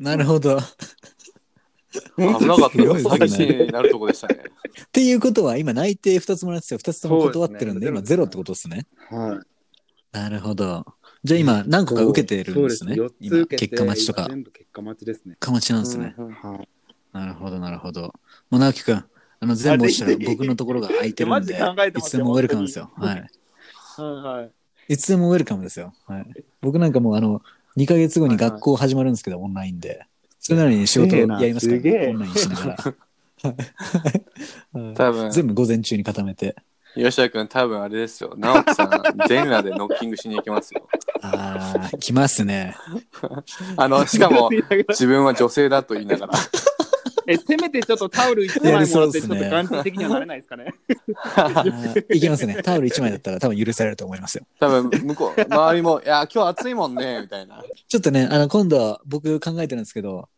[SPEAKER 3] なるほど。っ
[SPEAKER 2] 危なかった。
[SPEAKER 3] すご
[SPEAKER 2] 詐
[SPEAKER 3] い
[SPEAKER 2] 欺師になるとこでしたね。
[SPEAKER 3] ていうことは、今内定2つもらってて、2つとも断ってるんで、
[SPEAKER 4] そうですね
[SPEAKER 3] 今ゼロってことですね。
[SPEAKER 4] はい
[SPEAKER 3] なるほど。じゃあ今、何個か受けてるんですね。
[SPEAKER 4] そうです
[SPEAKER 3] 今、
[SPEAKER 4] 4つ受けて
[SPEAKER 3] 結果待ちとか
[SPEAKER 4] 今。全部結果待ちですね
[SPEAKER 3] かまちなんですね。
[SPEAKER 2] うんうん
[SPEAKER 4] はい
[SPEAKER 3] なるほど、なるほど。もう、直樹くん、あの、全部おっしゃる
[SPEAKER 4] あぜひ
[SPEAKER 3] 僕のところが空いてるんで
[SPEAKER 4] いやマジ考え、て
[SPEAKER 3] い
[SPEAKER 4] ます
[SPEAKER 3] つで
[SPEAKER 4] よ
[SPEAKER 3] もウェルカムですよ。は
[SPEAKER 4] 本当に
[SPEAKER 3] い。
[SPEAKER 4] はいはい
[SPEAKER 3] いつでもウェルカムですよ。はい。僕なんかもう、あの、2ヶ月後に学校始まるんですけど、オンラインで。それなのに仕事をやりますから、
[SPEAKER 4] すげえなすげえ
[SPEAKER 3] オンラインしながら。 はい
[SPEAKER 2] 多分、
[SPEAKER 3] 全部午前中に固めて。
[SPEAKER 2] 吉田君、多分あれですよ。直樹さん、全裸でノッキングしに行きます よ。
[SPEAKER 3] ああ、来ます ね。
[SPEAKER 2] あの、しか も、
[SPEAKER 4] え
[SPEAKER 2] 自分は女性だと言いながら。
[SPEAKER 4] せめてちょっとタオル一枚
[SPEAKER 3] や
[SPEAKER 4] もら
[SPEAKER 3] り
[SPEAKER 4] ってち
[SPEAKER 3] そ
[SPEAKER 4] ょ
[SPEAKER 3] う
[SPEAKER 4] っ
[SPEAKER 3] で
[SPEAKER 4] と
[SPEAKER 3] すね
[SPEAKER 4] 眼中的にはなれないですかね
[SPEAKER 3] あーいけますね。タオル1枚だったら多分許されると思いますよ。
[SPEAKER 2] 多分、向こう、周りも、いや、今日暑いもんね、みたいな。
[SPEAKER 3] ちょっとね、あの、今度は僕考えてるんですけど、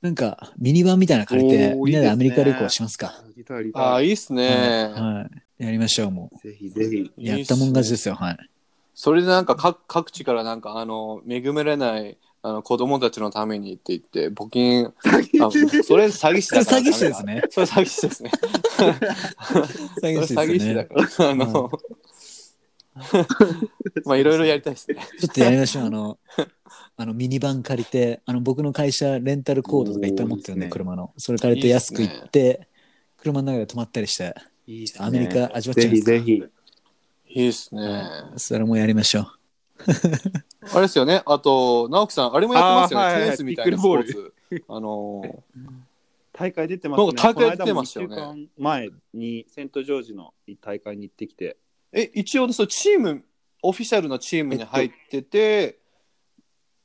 [SPEAKER 3] なんかミニバンみたいなの借りて、
[SPEAKER 4] おー
[SPEAKER 3] みんなでアメリカ
[SPEAKER 4] いいで
[SPEAKER 3] 旅
[SPEAKER 4] すね
[SPEAKER 3] 行しますか。
[SPEAKER 4] リタリタ
[SPEAKER 2] ああ、いいっすね。
[SPEAKER 3] はい。やりましょう、も
[SPEAKER 4] ぜひぜひ
[SPEAKER 2] い
[SPEAKER 3] う。
[SPEAKER 2] いっすね
[SPEAKER 3] やったもん勝ちですよ、はい。
[SPEAKER 2] それでなんか各各地からなんかあの恵まれないあの子供たちのためにって言って募金あそれ詐欺師
[SPEAKER 3] それ
[SPEAKER 2] だから
[SPEAKER 3] 詐欺師ですね。
[SPEAKER 2] それ詐欺師ですね
[SPEAKER 3] 詐
[SPEAKER 2] それ
[SPEAKER 3] 欺師
[SPEAKER 2] 詐
[SPEAKER 3] で
[SPEAKER 2] 欺
[SPEAKER 3] す
[SPEAKER 2] 師だ
[SPEAKER 3] ね。
[SPEAKER 2] からあの、まあいろいろやりたいですね
[SPEAKER 3] ちょっとやりましょう、あの、あのミニバン借りて、あの、僕の会社、レンタルコードとかいっぱい持ってるんで、
[SPEAKER 4] おーいいっすね
[SPEAKER 3] 車の。それ借りて安く行って、車の中で泊まったりして、
[SPEAKER 4] いいっすね
[SPEAKER 3] アメリカ味わっちゃい
[SPEAKER 4] ぜ
[SPEAKER 3] ま
[SPEAKER 4] ひ
[SPEAKER 3] すか
[SPEAKER 4] ぜひ
[SPEAKER 2] いいですね
[SPEAKER 3] それもやりましょう。
[SPEAKER 2] あれですよねあと直樹さんあれもやってますよね、
[SPEAKER 4] あーはい
[SPEAKER 2] テニスみたいなスポー
[SPEAKER 4] ピッ
[SPEAKER 2] ツあの
[SPEAKER 4] 大会出てますね。
[SPEAKER 2] なんか大会出てましたよね
[SPEAKER 4] この間も一週間前にセントジョージの大会に行ってきて、
[SPEAKER 2] え一応そうチームオフィシャルのチームに入ってて、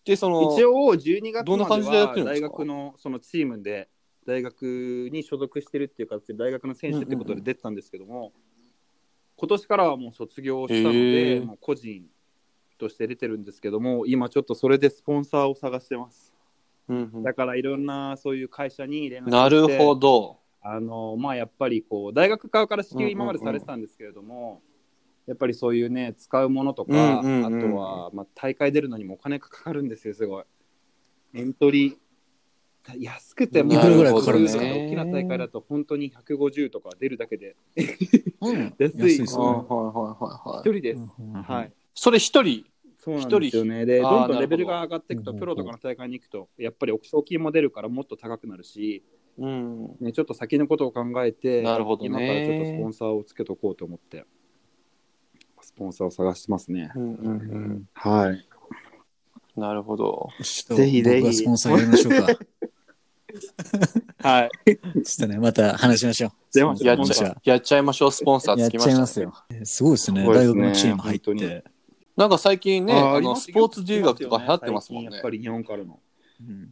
[SPEAKER 2] でその
[SPEAKER 4] 一応12月
[SPEAKER 2] どんな
[SPEAKER 4] ま
[SPEAKER 2] 感
[SPEAKER 4] で
[SPEAKER 2] じでやっ
[SPEAKER 4] は
[SPEAKER 2] てるんで
[SPEAKER 4] 大
[SPEAKER 2] すか
[SPEAKER 4] 学のそのチームで大学に所属してるっていう形で大学の選手ってことで出てたんですけども、今年からはもう卒業した
[SPEAKER 2] へ
[SPEAKER 4] ので、
[SPEAKER 2] ー
[SPEAKER 4] もう個人として出てるんですけども、今ちょっとそれでスポンサーを探してます。
[SPEAKER 2] うんうん
[SPEAKER 4] だからいろんなそういう会社に連絡して
[SPEAKER 2] なるほど
[SPEAKER 4] あのまあやっぱりこう大学側から
[SPEAKER 2] う
[SPEAKER 4] 支
[SPEAKER 2] んうん
[SPEAKER 4] 給
[SPEAKER 2] うん
[SPEAKER 4] 今までされてたんですけれども、やっぱりそういうね使うものとか、
[SPEAKER 2] うんうんうん
[SPEAKER 4] あとは、まあ、大会出るのにもお金がかかるんですよすごいエントリー安くても
[SPEAKER 3] いくらぐらいかかるんですか
[SPEAKER 4] そういう大きな大会だと本当に150とか出るだけで
[SPEAKER 3] うん
[SPEAKER 4] 安い
[SPEAKER 3] で
[SPEAKER 2] はい
[SPEAKER 3] す
[SPEAKER 2] はいはいはい。
[SPEAKER 3] ね
[SPEAKER 4] 一人です、
[SPEAKER 3] は。
[SPEAKER 4] はいい
[SPEAKER 2] それ一人。
[SPEAKER 4] そうなんですよねで
[SPEAKER 2] あー
[SPEAKER 4] どん
[SPEAKER 2] なる
[SPEAKER 4] どん
[SPEAKER 2] ほど
[SPEAKER 4] レベルが上がっていくと
[SPEAKER 3] うんうん
[SPEAKER 4] プロとかの大会に行くとやっぱり賞金も出るからもっと高くなるし、
[SPEAKER 2] うん。
[SPEAKER 4] ね、ちょっと先のことを考えて
[SPEAKER 2] なるほどね
[SPEAKER 4] 今からちょっとスポンサーをつけとこうと思ってスポンサーを探してますね
[SPEAKER 2] うんうんうん。
[SPEAKER 4] はい
[SPEAKER 2] なるほど。
[SPEAKER 3] ちょっと
[SPEAKER 4] ぜひぜひ
[SPEAKER 3] 僕はスポンサーやりましょうか。
[SPEAKER 4] はい
[SPEAKER 3] ちょっとね、また話しましょう。
[SPEAKER 4] 出まし
[SPEAKER 2] や
[SPEAKER 4] た
[SPEAKER 2] っ
[SPEAKER 4] スポン
[SPEAKER 2] ち
[SPEAKER 4] サ
[SPEAKER 2] ゃやっちゃいましょう。スポンサー
[SPEAKER 3] や
[SPEAKER 2] つ
[SPEAKER 3] っ
[SPEAKER 2] きま
[SPEAKER 3] ちゃい
[SPEAKER 2] し
[SPEAKER 3] ま
[SPEAKER 2] た
[SPEAKER 3] す
[SPEAKER 2] ね。
[SPEAKER 3] よ。すごいですね。
[SPEAKER 4] そうで
[SPEAKER 3] 大
[SPEAKER 4] す
[SPEAKER 3] 学
[SPEAKER 4] ね
[SPEAKER 3] のチーム入っ
[SPEAKER 4] 本当に
[SPEAKER 3] て。
[SPEAKER 2] なんか最近ね、
[SPEAKER 4] あー
[SPEAKER 2] あ
[SPEAKER 4] あり
[SPEAKER 2] の
[SPEAKER 4] ます
[SPEAKER 2] スポーツ留学とか流行ってますもん
[SPEAKER 4] や
[SPEAKER 2] ね
[SPEAKER 4] っぱ。り日本からの。
[SPEAKER 3] うん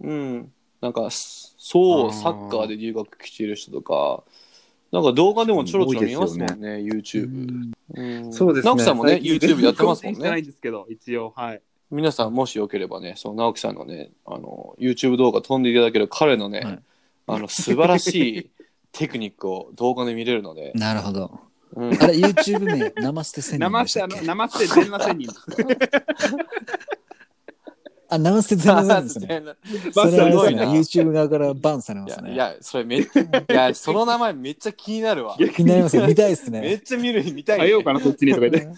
[SPEAKER 2] うん。なんかそう
[SPEAKER 4] あー
[SPEAKER 2] サッカーで留学来ている人とかなんか動画でもちょろちょろ見ますもん
[SPEAKER 4] 多い
[SPEAKER 2] ね YouTube、うん
[SPEAKER 4] そうですね。
[SPEAKER 2] 直樹さんもね YouTube やってますもん
[SPEAKER 4] 全然更新してな
[SPEAKER 2] ね
[SPEAKER 4] い んですけど、一応、はい。
[SPEAKER 2] 皆さんもしよければねその直樹さんのねあの YouTube 動画飛んでいただける彼のね、
[SPEAKER 3] はい
[SPEAKER 2] あの素晴らしいテクニックを動画で見れるので、
[SPEAKER 3] なるほど。
[SPEAKER 2] うん
[SPEAKER 3] あれ、YouTube 名、ナマステ千人
[SPEAKER 4] 生
[SPEAKER 3] で
[SPEAKER 4] し、
[SPEAKER 3] してたっ
[SPEAKER 4] あの、
[SPEAKER 3] け
[SPEAKER 4] 生して全裸仙人。
[SPEAKER 3] あ、ナマステ千 人ですね。それはですね、YouTube 側からバンされ
[SPEAKER 2] い
[SPEAKER 3] ます
[SPEAKER 2] や
[SPEAKER 3] ね。
[SPEAKER 2] いやそれめっちゃいやその名前めっちゃ気になるわ
[SPEAKER 3] 気になりますよ。見たいです
[SPEAKER 2] め
[SPEAKER 3] ね。
[SPEAKER 2] っちゃ見る見たい、
[SPEAKER 4] あげようかな、そっちにとか言って。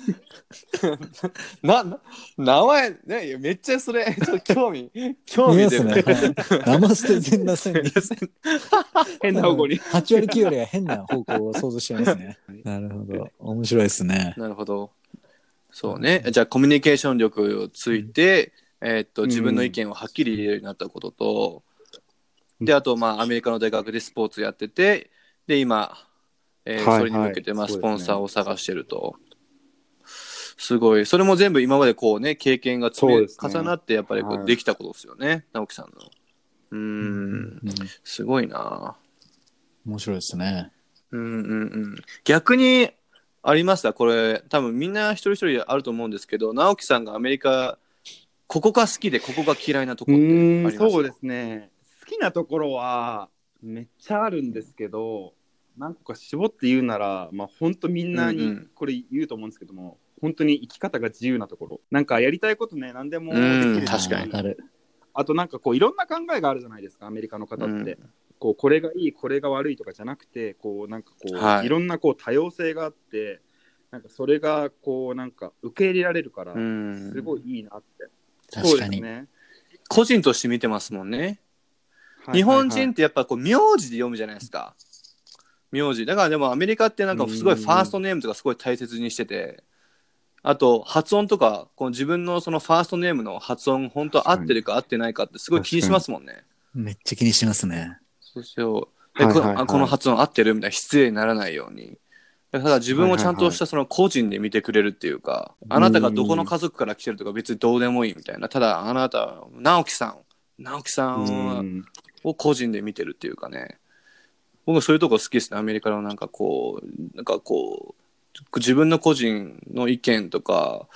[SPEAKER 2] なな名前ねいやめっちゃそ れちょっと興味興
[SPEAKER 3] 見
[SPEAKER 2] 味
[SPEAKER 3] ま
[SPEAKER 2] です
[SPEAKER 3] ね。はいナマステ千人千人。
[SPEAKER 4] 変な方 向に。
[SPEAKER 3] 8割9割が変な方向を想像しちゃいますね。なるほど。面白いですね。
[SPEAKER 2] なるほどそうねじゃあコミュニケーション力をついて、えーっと
[SPEAKER 4] うん
[SPEAKER 2] 自分の意見をはっきり言えるようになったことと、であとまあアメリカの大学でスポーツやっててで今、えー
[SPEAKER 4] はいはい
[SPEAKER 2] それに向けてまあ
[SPEAKER 4] そう
[SPEAKER 2] ス
[SPEAKER 4] です
[SPEAKER 2] ポ
[SPEAKER 4] ね
[SPEAKER 2] ンサーを探してると。すごいそれも全部今までこうね経験が積み
[SPEAKER 4] そうですね
[SPEAKER 2] 重なってやっぱりこ
[SPEAKER 4] は
[SPEAKER 2] う
[SPEAKER 4] い
[SPEAKER 2] できたことですよね、直樹さんのうー。
[SPEAKER 3] うん
[SPEAKER 2] すごいな
[SPEAKER 3] 面白いですね。
[SPEAKER 2] うんうんうん逆にありましたこれ多分みんな一人一人あると思うんですけど直樹さんがアメリカここが好きでここが嫌いなとこってあります
[SPEAKER 4] そうですね。好きなところは、めっちゃあるんですけど、何個か絞って言うなら、まあ、本当みんな
[SPEAKER 2] うんう
[SPEAKER 4] に
[SPEAKER 2] ん
[SPEAKER 4] これ言うと思うんですけども、本当に生き方が自由なところ。なんかやりたいことね、何でもでき
[SPEAKER 2] う
[SPEAKER 4] る
[SPEAKER 2] ん確
[SPEAKER 4] し
[SPEAKER 2] かに
[SPEAKER 3] ある。
[SPEAKER 4] あとなんかこういろんな考えがあるじゃないですかアメリカの方って、
[SPEAKER 2] うん
[SPEAKER 4] こうこれがいいこれが悪いとかじゃなくてこうなんかこう、
[SPEAKER 2] はい
[SPEAKER 4] い、ろんなこう多様性があってなんかそれがこうなんか受け入れられるから、
[SPEAKER 2] うん
[SPEAKER 4] すごいいいなって、そ
[SPEAKER 3] 確
[SPEAKER 4] うで
[SPEAKER 3] か
[SPEAKER 4] す
[SPEAKER 3] に。
[SPEAKER 4] ね、
[SPEAKER 2] 個人として見てますもんね
[SPEAKER 4] はい
[SPEAKER 2] 日本
[SPEAKER 4] はい
[SPEAKER 2] 人
[SPEAKER 4] は
[SPEAKER 2] っ
[SPEAKER 4] い
[SPEAKER 2] てやっぱこう名字で読むじゃないですか名字だからでもアメリカってなんかすごい
[SPEAKER 4] うん
[SPEAKER 2] ファーストネームとかすごい大切にしててあと発音とかこう自分のそのファーストネームの発音本当合ってるか合ってないかってすごい気にしますもんね
[SPEAKER 3] めっちゃ気にしますね。
[SPEAKER 2] そうしよう。で
[SPEAKER 4] はいはい
[SPEAKER 2] こ
[SPEAKER 4] はい
[SPEAKER 2] あこの発音合ってるみたいな失礼にならないように。だから自分をちゃんとしたその個人で見てくれるっていうか、あなたがどこの家族から来てるとか別にどうでもいいみたいな。ただあなた、直樹さん、直樹さ
[SPEAKER 4] うんん
[SPEAKER 2] を個人で見てるっていうかね。僕そういうとこ好きですね。アメリカのなんかこう、なんかこう、自分の個人の意見とか、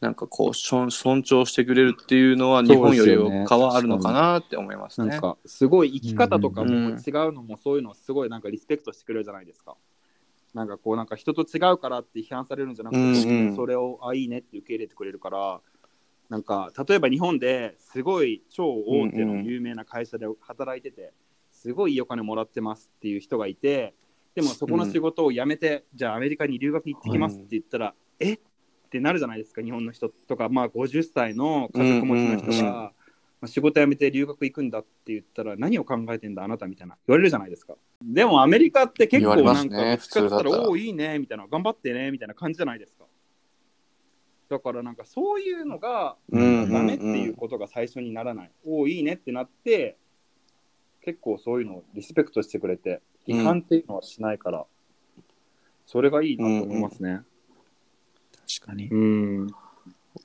[SPEAKER 2] なんかこう尊尊重してくれるっていうのは日本より
[SPEAKER 4] そうですよね
[SPEAKER 2] かはあるのかなって思います
[SPEAKER 4] なん
[SPEAKER 2] ね。
[SPEAKER 4] かすごい生き方とか
[SPEAKER 2] うん
[SPEAKER 4] も
[SPEAKER 2] うん
[SPEAKER 4] 違うのもそういうのすごいなんかリスペクトしてくれるじゃないですか。なんかこうなんか人と違うからって批判されるんじゃなくて、
[SPEAKER 2] うんうん
[SPEAKER 4] それをあいいねって受け入れてくれるからなんか例えば日本ですごい超大手の有名な会社で働いてて、すごいいいお金もらってますっていう人がいてでもそこの仕事を辞めて、じゃあアメリカに留学行ってきますって言ったら、えってなるじゃないですか日本の人とかまあ50歳の家族持ちの人
[SPEAKER 2] うんうんう
[SPEAKER 4] が、
[SPEAKER 2] ん
[SPEAKER 4] まあ仕事辞めて留学行くんだって言ったら何を考えてんだあなたみたいな言われるじゃないですかでもアメリカって結構
[SPEAKER 2] 言われ
[SPEAKER 4] な
[SPEAKER 2] ます
[SPEAKER 4] ん
[SPEAKER 2] ね
[SPEAKER 4] かぶつかった
[SPEAKER 2] 普通だ
[SPEAKER 4] ら
[SPEAKER 2] ったら
[SPEAKER 4] おおいいねみたいな頑張ってねみたいな感じじゃないですかだからなんかそういうのが
[SPEAKER 2] うんうん
[SPEAKER 4] ダメっていうことが最初にならない、おおいいねってなって結構そういうのをリスペクトしてくれて
[SPEAKER 2] うん
[SPEAKER 4] 批判っていうのはしないから、それがいいなと思いますね
[SPEAKER 3] 確かに。
[SPEAKER 4] うん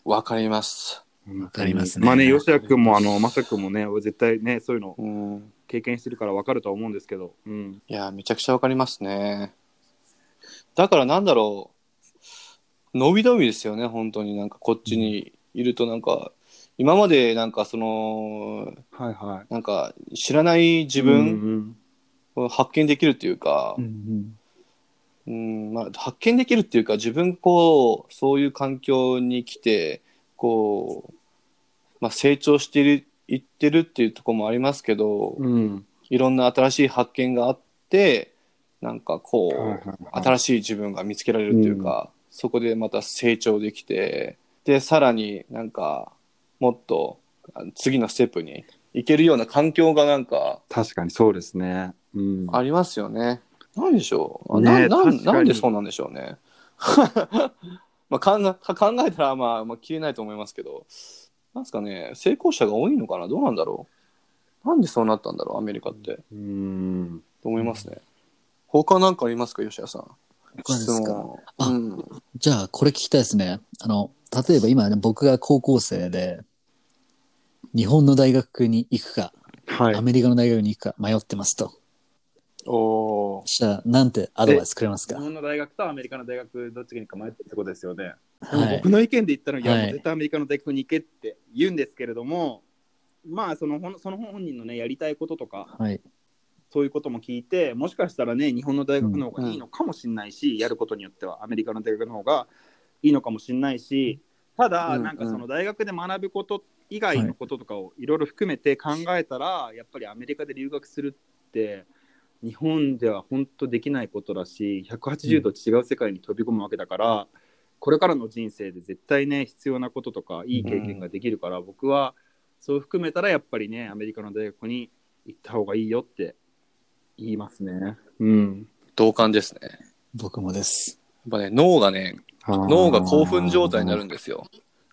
[SPEAKER 2] わかります。
[SPEAKER 4] わ
[SPEAKER 3] かりますね
[SPEAKER 4] まあね、吉田君も、あの、まさ君もね、絶対ね、そういうの
[SPEAKER 2] うん、
[SPEAKER 4] 経験してるからわかるとは思うんですけど、うん。
[SPEAKER 2] いやめちゃくちゃわかりますねだからなんだろう伸び伸びですよね本当になんかこっちにいるとなんか今までなんかその
[SPEAKER 4] はいはい。
[SPEAKER 2] なんか知らない自
[SPEAKER 4] 自
[SPEAKER 2] 分
[SPEAKER 4] 分、
[SPEAKER 2] を発見できるっていうか、うんまあ、発見できるっていうか自分こうそういう環境に来てこう、まあ、成長しているいってるっていうところもありますけど、
[SPEAKER 4] うん。
[SPEAKER 2] いろんな新しい発見があってなんかこう、
[SPEAKER 4] し
[SPEAKER 2] 新しい自分が見つけられるというか、そこでまた成長できてでさらになんかもっとあの次のステップに行けるような環境がなんか
[SPEAKER 4] 確かにそうですね。うん。
[SPEAKER 2] ありますよね。なんでしょう、
[SPEAKER 4] ね
[SPEAKER 2] ななん
[SPEAKER 4] 確かに
[SPEAKER 2] なんでそうなんでしょうね。 まあ、考え考えたら、まあ、まあ消えないと思いますけどなんですかね成功者が多いのかなどうなんだろうなんでそうなったんだろうアメリカって。
[SPEAKER 4] うん。
[SPEAKER 2] と思いますね。他なんかありますか、吉田さん。
[SPEAKER 3] 他です
[SPEAKER 2] 質
[SPEAKER 3] か。
[SPEAKER 2] 問
[SPEAKER 3] あ
[SPEAKER 2] うん、
[SPEAKER 3] じゃあ、これ聞きたいですね。あの、例えば今、僕が高校生で、日本の大学に行くか、
[SPEAKER 4] はい
[SPEAKER 3] ア。メリカの大学に行くか迷ってますと。
[SPEAKER 2] おー
[SPEAKER 3] そしたら、なんてアドバイスくれます
[SPEAKER 4] 日
[SPEAKER 3] か
[SPEAKER 4] 本の大学とアメリカの大学どっちがいいか迷ってるってことですよね。
[SPEAKER 3] はい
[SPEAKER 4] 僕。の意見で言ったら、いや、
[SPEAKER 3] はい
[SPEAKER 4] もう絶対アメリカの大学に行けって言うんですけれども、まあそのほんその本人のねやりたいこととか
[SPEAKER 3] はい。
[SPEAKER 4] そういうことも聞いてもしかしたらね日本の大学の方がいいのかもしれないし、やることによってはアメリカの大学の方がいいのかもしれないしただ、
[SPEAKER 2] うん
[SPEAKER 4] なんかその大学で学ぶこと以外のこととかをいろいろ含めて考えたら、やっぱりアメリカで留学するって日本では本当できないことだし180度違う世界に飛び込むわけだから、これからの人生で絶対ね必要なこととかいい経験ができるから、僕はそう含めたらやっぱりねアメリカの大学に行った方がいいよって言いますね。うん、
[SPEAKER 2] 同感ですね。やっ
[SPEAKER 3] 僕もです。
[SPEAKER 2] ぱね、脳がね、脳
[SPEAKER 4] 脳
[SPEAKER 2] が興奮状態になるんですよ。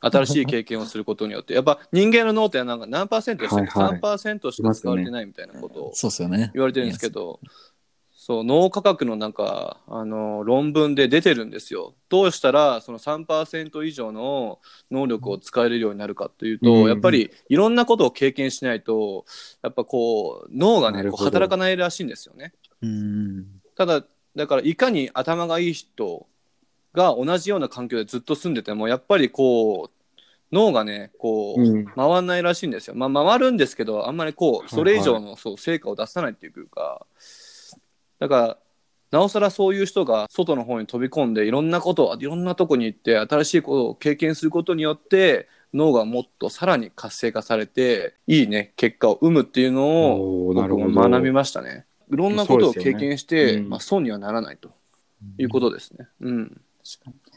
[SPEAKER 2] 新しい経験をすることによって。やっぱ人間の脳ってなんか何パーセントでしたっけ、
[SPEAKER 4] はいはい
[SPEAKER 2] ?3% しか使われてないみたいなことを
[SPEAKER 3] そうっすよね。
[SPEAKER 2] 言われてるんですけど、そう、脳科学のなんか、あの、論文で出てるんですよ。どうしたらその3%以上の能力を使えるようになるかというと、
[SPEAKER 4] うん
[SPEAKER 2] やっぱりいろんなことを経験しないと、やっぱこう、脳が
[SPEAKER 4] な
[SPEAKER 2] ね、
[SPEAKER 4] る
[SPEAKER 2] こ
[SPEAKER 4] ほ
[SPEAKER 2] う
[SPEAKER 4] ど
[SPEAKER 2] 働かないらしいんですよね。
[SPEAKER 3] うん。
[SPEAKER 2] ただだからいかに頭がいい人が同じような環境でずっと住んでてもやっぱりこう脳がねこう、
[SPEAKER 4] うん
[SPEAKER 2] 回らないらしいんですよ。まあ、回るんですけどあんまりこうそれ以上のそう成果を出さないっていうかだからなおさらそういう人が外の方に飛び込んでいろんなこといろんなとこに行って新しいことを経験することによって脳がもっとさらに活性化されていいね結果を生むっていうのを
[SPEAKER 4] おーな
[SPEAKER 2] 僕
[SPEAKER 4] るほ
[SPEAKER 2] も
[SPEAKER 4] ど
[SPEAKER 2] 学びましたね。いろんなことを経験して、
[SPEAKER 4] そうですよねうん
[SPEAKER 2] まあ、損にはならないということですね。うん。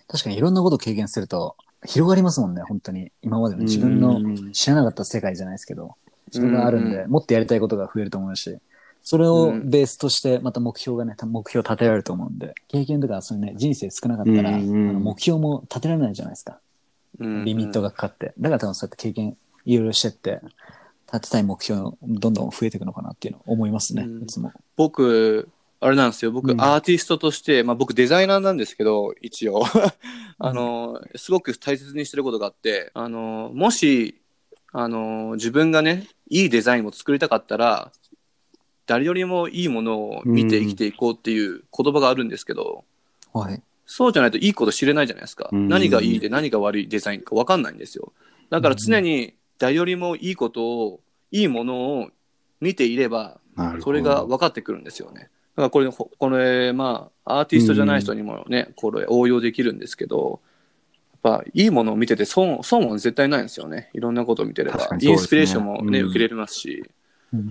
[SPEAKER 3] 確かにいろんなことを経験すると、広がりますもんね、本当に。今までの自分
[SPEAKER 4] う
[SPEAKER 3] の
[SPEAKER 4] ん
[SPEAKER 3] 知らなかった世界じゃないですけど、それがあるんで、
[SPEAKER 2] う
[SPEAKER 3] もっとやりたいことが増えると思うし、それをベースとして、また目標がね、多分目標立てられると思うんで、経験とか、そのね、人生少なかったら、あ
[SPEAKER 4] うんうん
[SPEAKER 3] の目標も立てられないじゃないですか。
[SPEAKER 2] うん
[SPEAKER 3] リミットがかかって。だから多分そうやって経験、いろいろしてって、立てたい目標、どんどん増えていくのかなっていうのを思いますね、
[SPEAKER 2] うん
[SPEAKER 3] いつも。
[SPEAKER 2] 僕あれなんですよ僕、
[SPEAKER 3] うん
[SPEAKER 2] アーティストとして、まあ、僕デザイナーなんですけど一応 あのすごく大切にしてることがあってあのもしあの自分がねいいデザインを作りたかったら誰よりもいいものを見て生きていこうっていう言葉があるんですけど、
[SPEAKER 3] はい。
[SPEAKER 2] そうじゃないといいこと知れないじゃないですか、
[SPEAKER 4] うん
[SPEAKER 2] 何がいいで何が悪いデザインか分かんないんですよだから常に誰よりもいいことをいいものを見ていれば
[SPEAKER 4] なるほど
[SPEAKER 2] それが分かってくるんですよね。だからこれ、ほこれ、まあ、アーティストじゃない人にもね、これ応用できるんですけど、やっぱいいものを見てて損、損は絶対ないんですよね。いろんなことを見てれば
[SPEAKER 4] 確か。にそう
[SPEAKER 2] イ
[SPEAKER 4] ですね
[SPEAKER 2] ンスピレーションもね、
[SPEAKER 4] うん
[SPEAKER 2] 受けれますし。
[SPEAKER 3] うん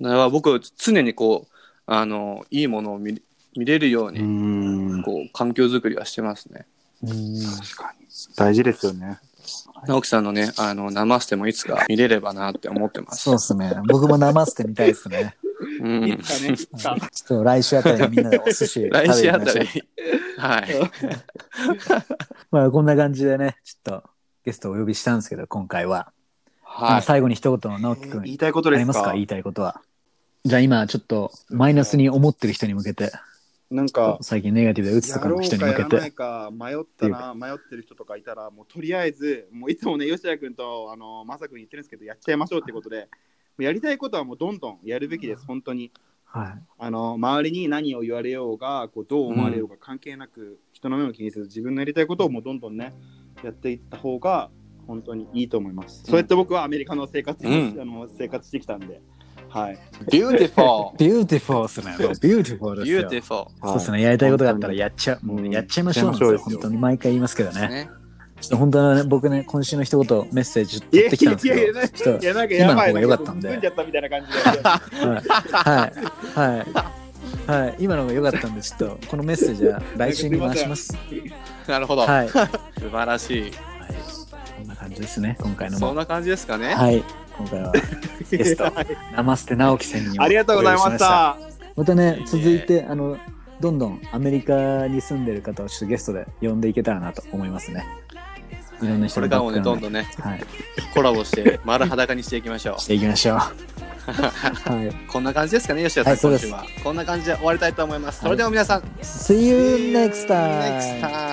[SPEAKER 2] だから僕、常にこう、あの、いいものを見見れるよう
[SPEAKER 4] う
[SPEAKER 2] に、
[SPEAKER 4] ん
[SPEAKER 2] こう、環境づくりはしてますね。
[SPEAKER 3] うん
[SPEAKER 4] 確かに大事ですよね。
[SPEAKER 2] 直樹さんのね、あの、生捨てもいつか見れればなって思ってます。
[SPEAKER 3] そうですね。僕も生捨てみたいですね。
[SPEAKER 2] うん
[SPEAKER 4] いつかね、いつか。
[SPEAKER 3] ちょっと来週あたりにみんなでお寿司食べに行き
[SPEAKER 2] 来
[SPEAKER 3] ましょう
[SPEAKER 2] 週あ たり。はい。
[SPEAKER 3] まあこんな感じでね、ちょっとゲストをお呼びしたんですけど、今回は。ま
[SPEAKER 2] は
[SPEAKER 3] あ
[SPEAKER 2] い。
[SPEAKER 3] 最後に一言、直樹くん、
[SPEAKER 4] 言
[SPEAKER 3] あ
[SPEAKER 4] いたいことで
[SPEAKER 3] り
[SPEAKER 4] す
[SPEAKER 3] ます
[SPEAKER 4] か
[SPEAKER 3] か言いたいことは。じゃあ今ちょっとマイナスに思ってる人に向けて、
[SPEAKER 4] なんか、
[SPEAKER 3] 最近ネガティブで打つ
[SPEAKER 4] や
[SPEAKER 3] とかの
[SPEAKER 4] ろう
[SPEAKER 3] 人に
[SPEAKER 4] か
[SPEAKER 3] 向
[SPEAKER 4] や
[SPEAKER 3] け
[SPEAKER 4] らない
[SPEAKER 3] て。
[SPEAKER 4] か迷ったな、迷ってる人とかいたら、もうとりあえず、もういつもね、吉田君とあのまさ君言ってるんですけど、やっちゃいましょうってことで、もうやりたいことはもうどんどんやるべきです、本当に。
[SPEAKER 3] は
[SPEAKER 4] あの周りに何を言われようがこうどう思われようが関係なく、人の目を気にせず自分のやりたいことをもうどんどんねやっていった方が本当にいいと思います、そうやって僕はアメリカの生活に、
[SPEAKER 2] うん
[SPEAKER 4] あの生活してきたんではい
[SPEAKER 2] ビューティフォ
[SPEAKER 3] い。ビューティフォーですね。ビューティフォー
[SPEAKER 2] ー。
[SPEAKER 3] です
[SPEAKER 2] ビュー
[SPEAKER 3] よ
[SPEAKER 2] ティ。フォー。
[SPEAKER 3] そうですね。やりたいことがあったらやっちゃう。
[SPEAKER 4] 本
[SPEAKER 3] も
[SPEAKER 4] 当に
[SPEAKER 3] うやっちゃいましょうなんです
[SPEAKER 4] うん
[SPEAKER 3] よ。
[SPEAKER 4] やっちゃいましょう
[SPEAKER 3] 本
[SPEAKER 4] ですよ
[SPEAKER 3] 当に毎回言いますけどね。
[SPEAKER 2] ね。
[SPEAKER 3] ちょっと本当はね、僕ね、今週の一言メッセージ取ってきたんです
[SPEAKER 4] いや
[SPEAKER 3] け
[SPEAKER 4] いやい
[SPEAKER 3] ど
[SPEAKER 4] や、
[SPEAKER 3] ちょっ
[SPEAKER 4] い
[SPEAKER 3] と
[SPEAKER 4] やなんか
[SPEAKER 3] 今
[SPEAKER 4] やばい
[SPEAKER 3] の方が良かったんで
[SPEAKER 4] なんか結構盗んじゃったみたいな感じで
[SPEAKER 3] はい。はい。はい。今のが良かったんで、ちょっと、このメッセージは来週に回します。
[SPEAKER 2] なるほど。
[SPEAKER 3] はい。は
[SPEAKER 2] 素晴らしい。
[SPEAKER 3] いこんな感じですね、今回の
[SPEAKER 2] そん
[SPEAKER 3] も。
[SPEAKER 2] な感じですかね。
[SPEAKER 3] はい。今回は、 ゲスト、生捨て直樹専任
[SPEAKER 4] ありがとうございました
[SPEAKER 3] またね、続いて、あの、どんどんアメリカに住んでる方をちょっとゲストで呼んでいけたらなと思いますね。いろんな
[SPEAKER 2] こ
[SPEAKER 3] 人
[SPEAKER 2] れ
[SPEAKER 3] の
[SPEAKER 2] か
[SPEAKER 3] バ
[SPEAKER 2] ら
[SPEAKER 3] ッ
[SPEAKER 2] も
[SPEAKER 3] ク
[SPEAKER 2] ね、どん
[SPEAKER 3] グラウンド
[SPEAKER 2] どんね、
[SPEAKER 3] はい。
[SPEAKER 2] コラボして、丸裸にしていきましょ
[SPEAKER 3] していきましょう。はい。
[SPEAKER 2] う。こんな感じですかね、吉田
[SPEAKER 3] はい
[SPEAKER 2] さん、
[SPEAKER 3] そうで
[SPEAKER 2] 今
[SPEAKER 3] す
[SPEAKER 2] 週は。こんな感じで終わりたいと思います。それでは皆さん、
[SPEAKER 3] See you next time!
[SPEAKER 2] next time!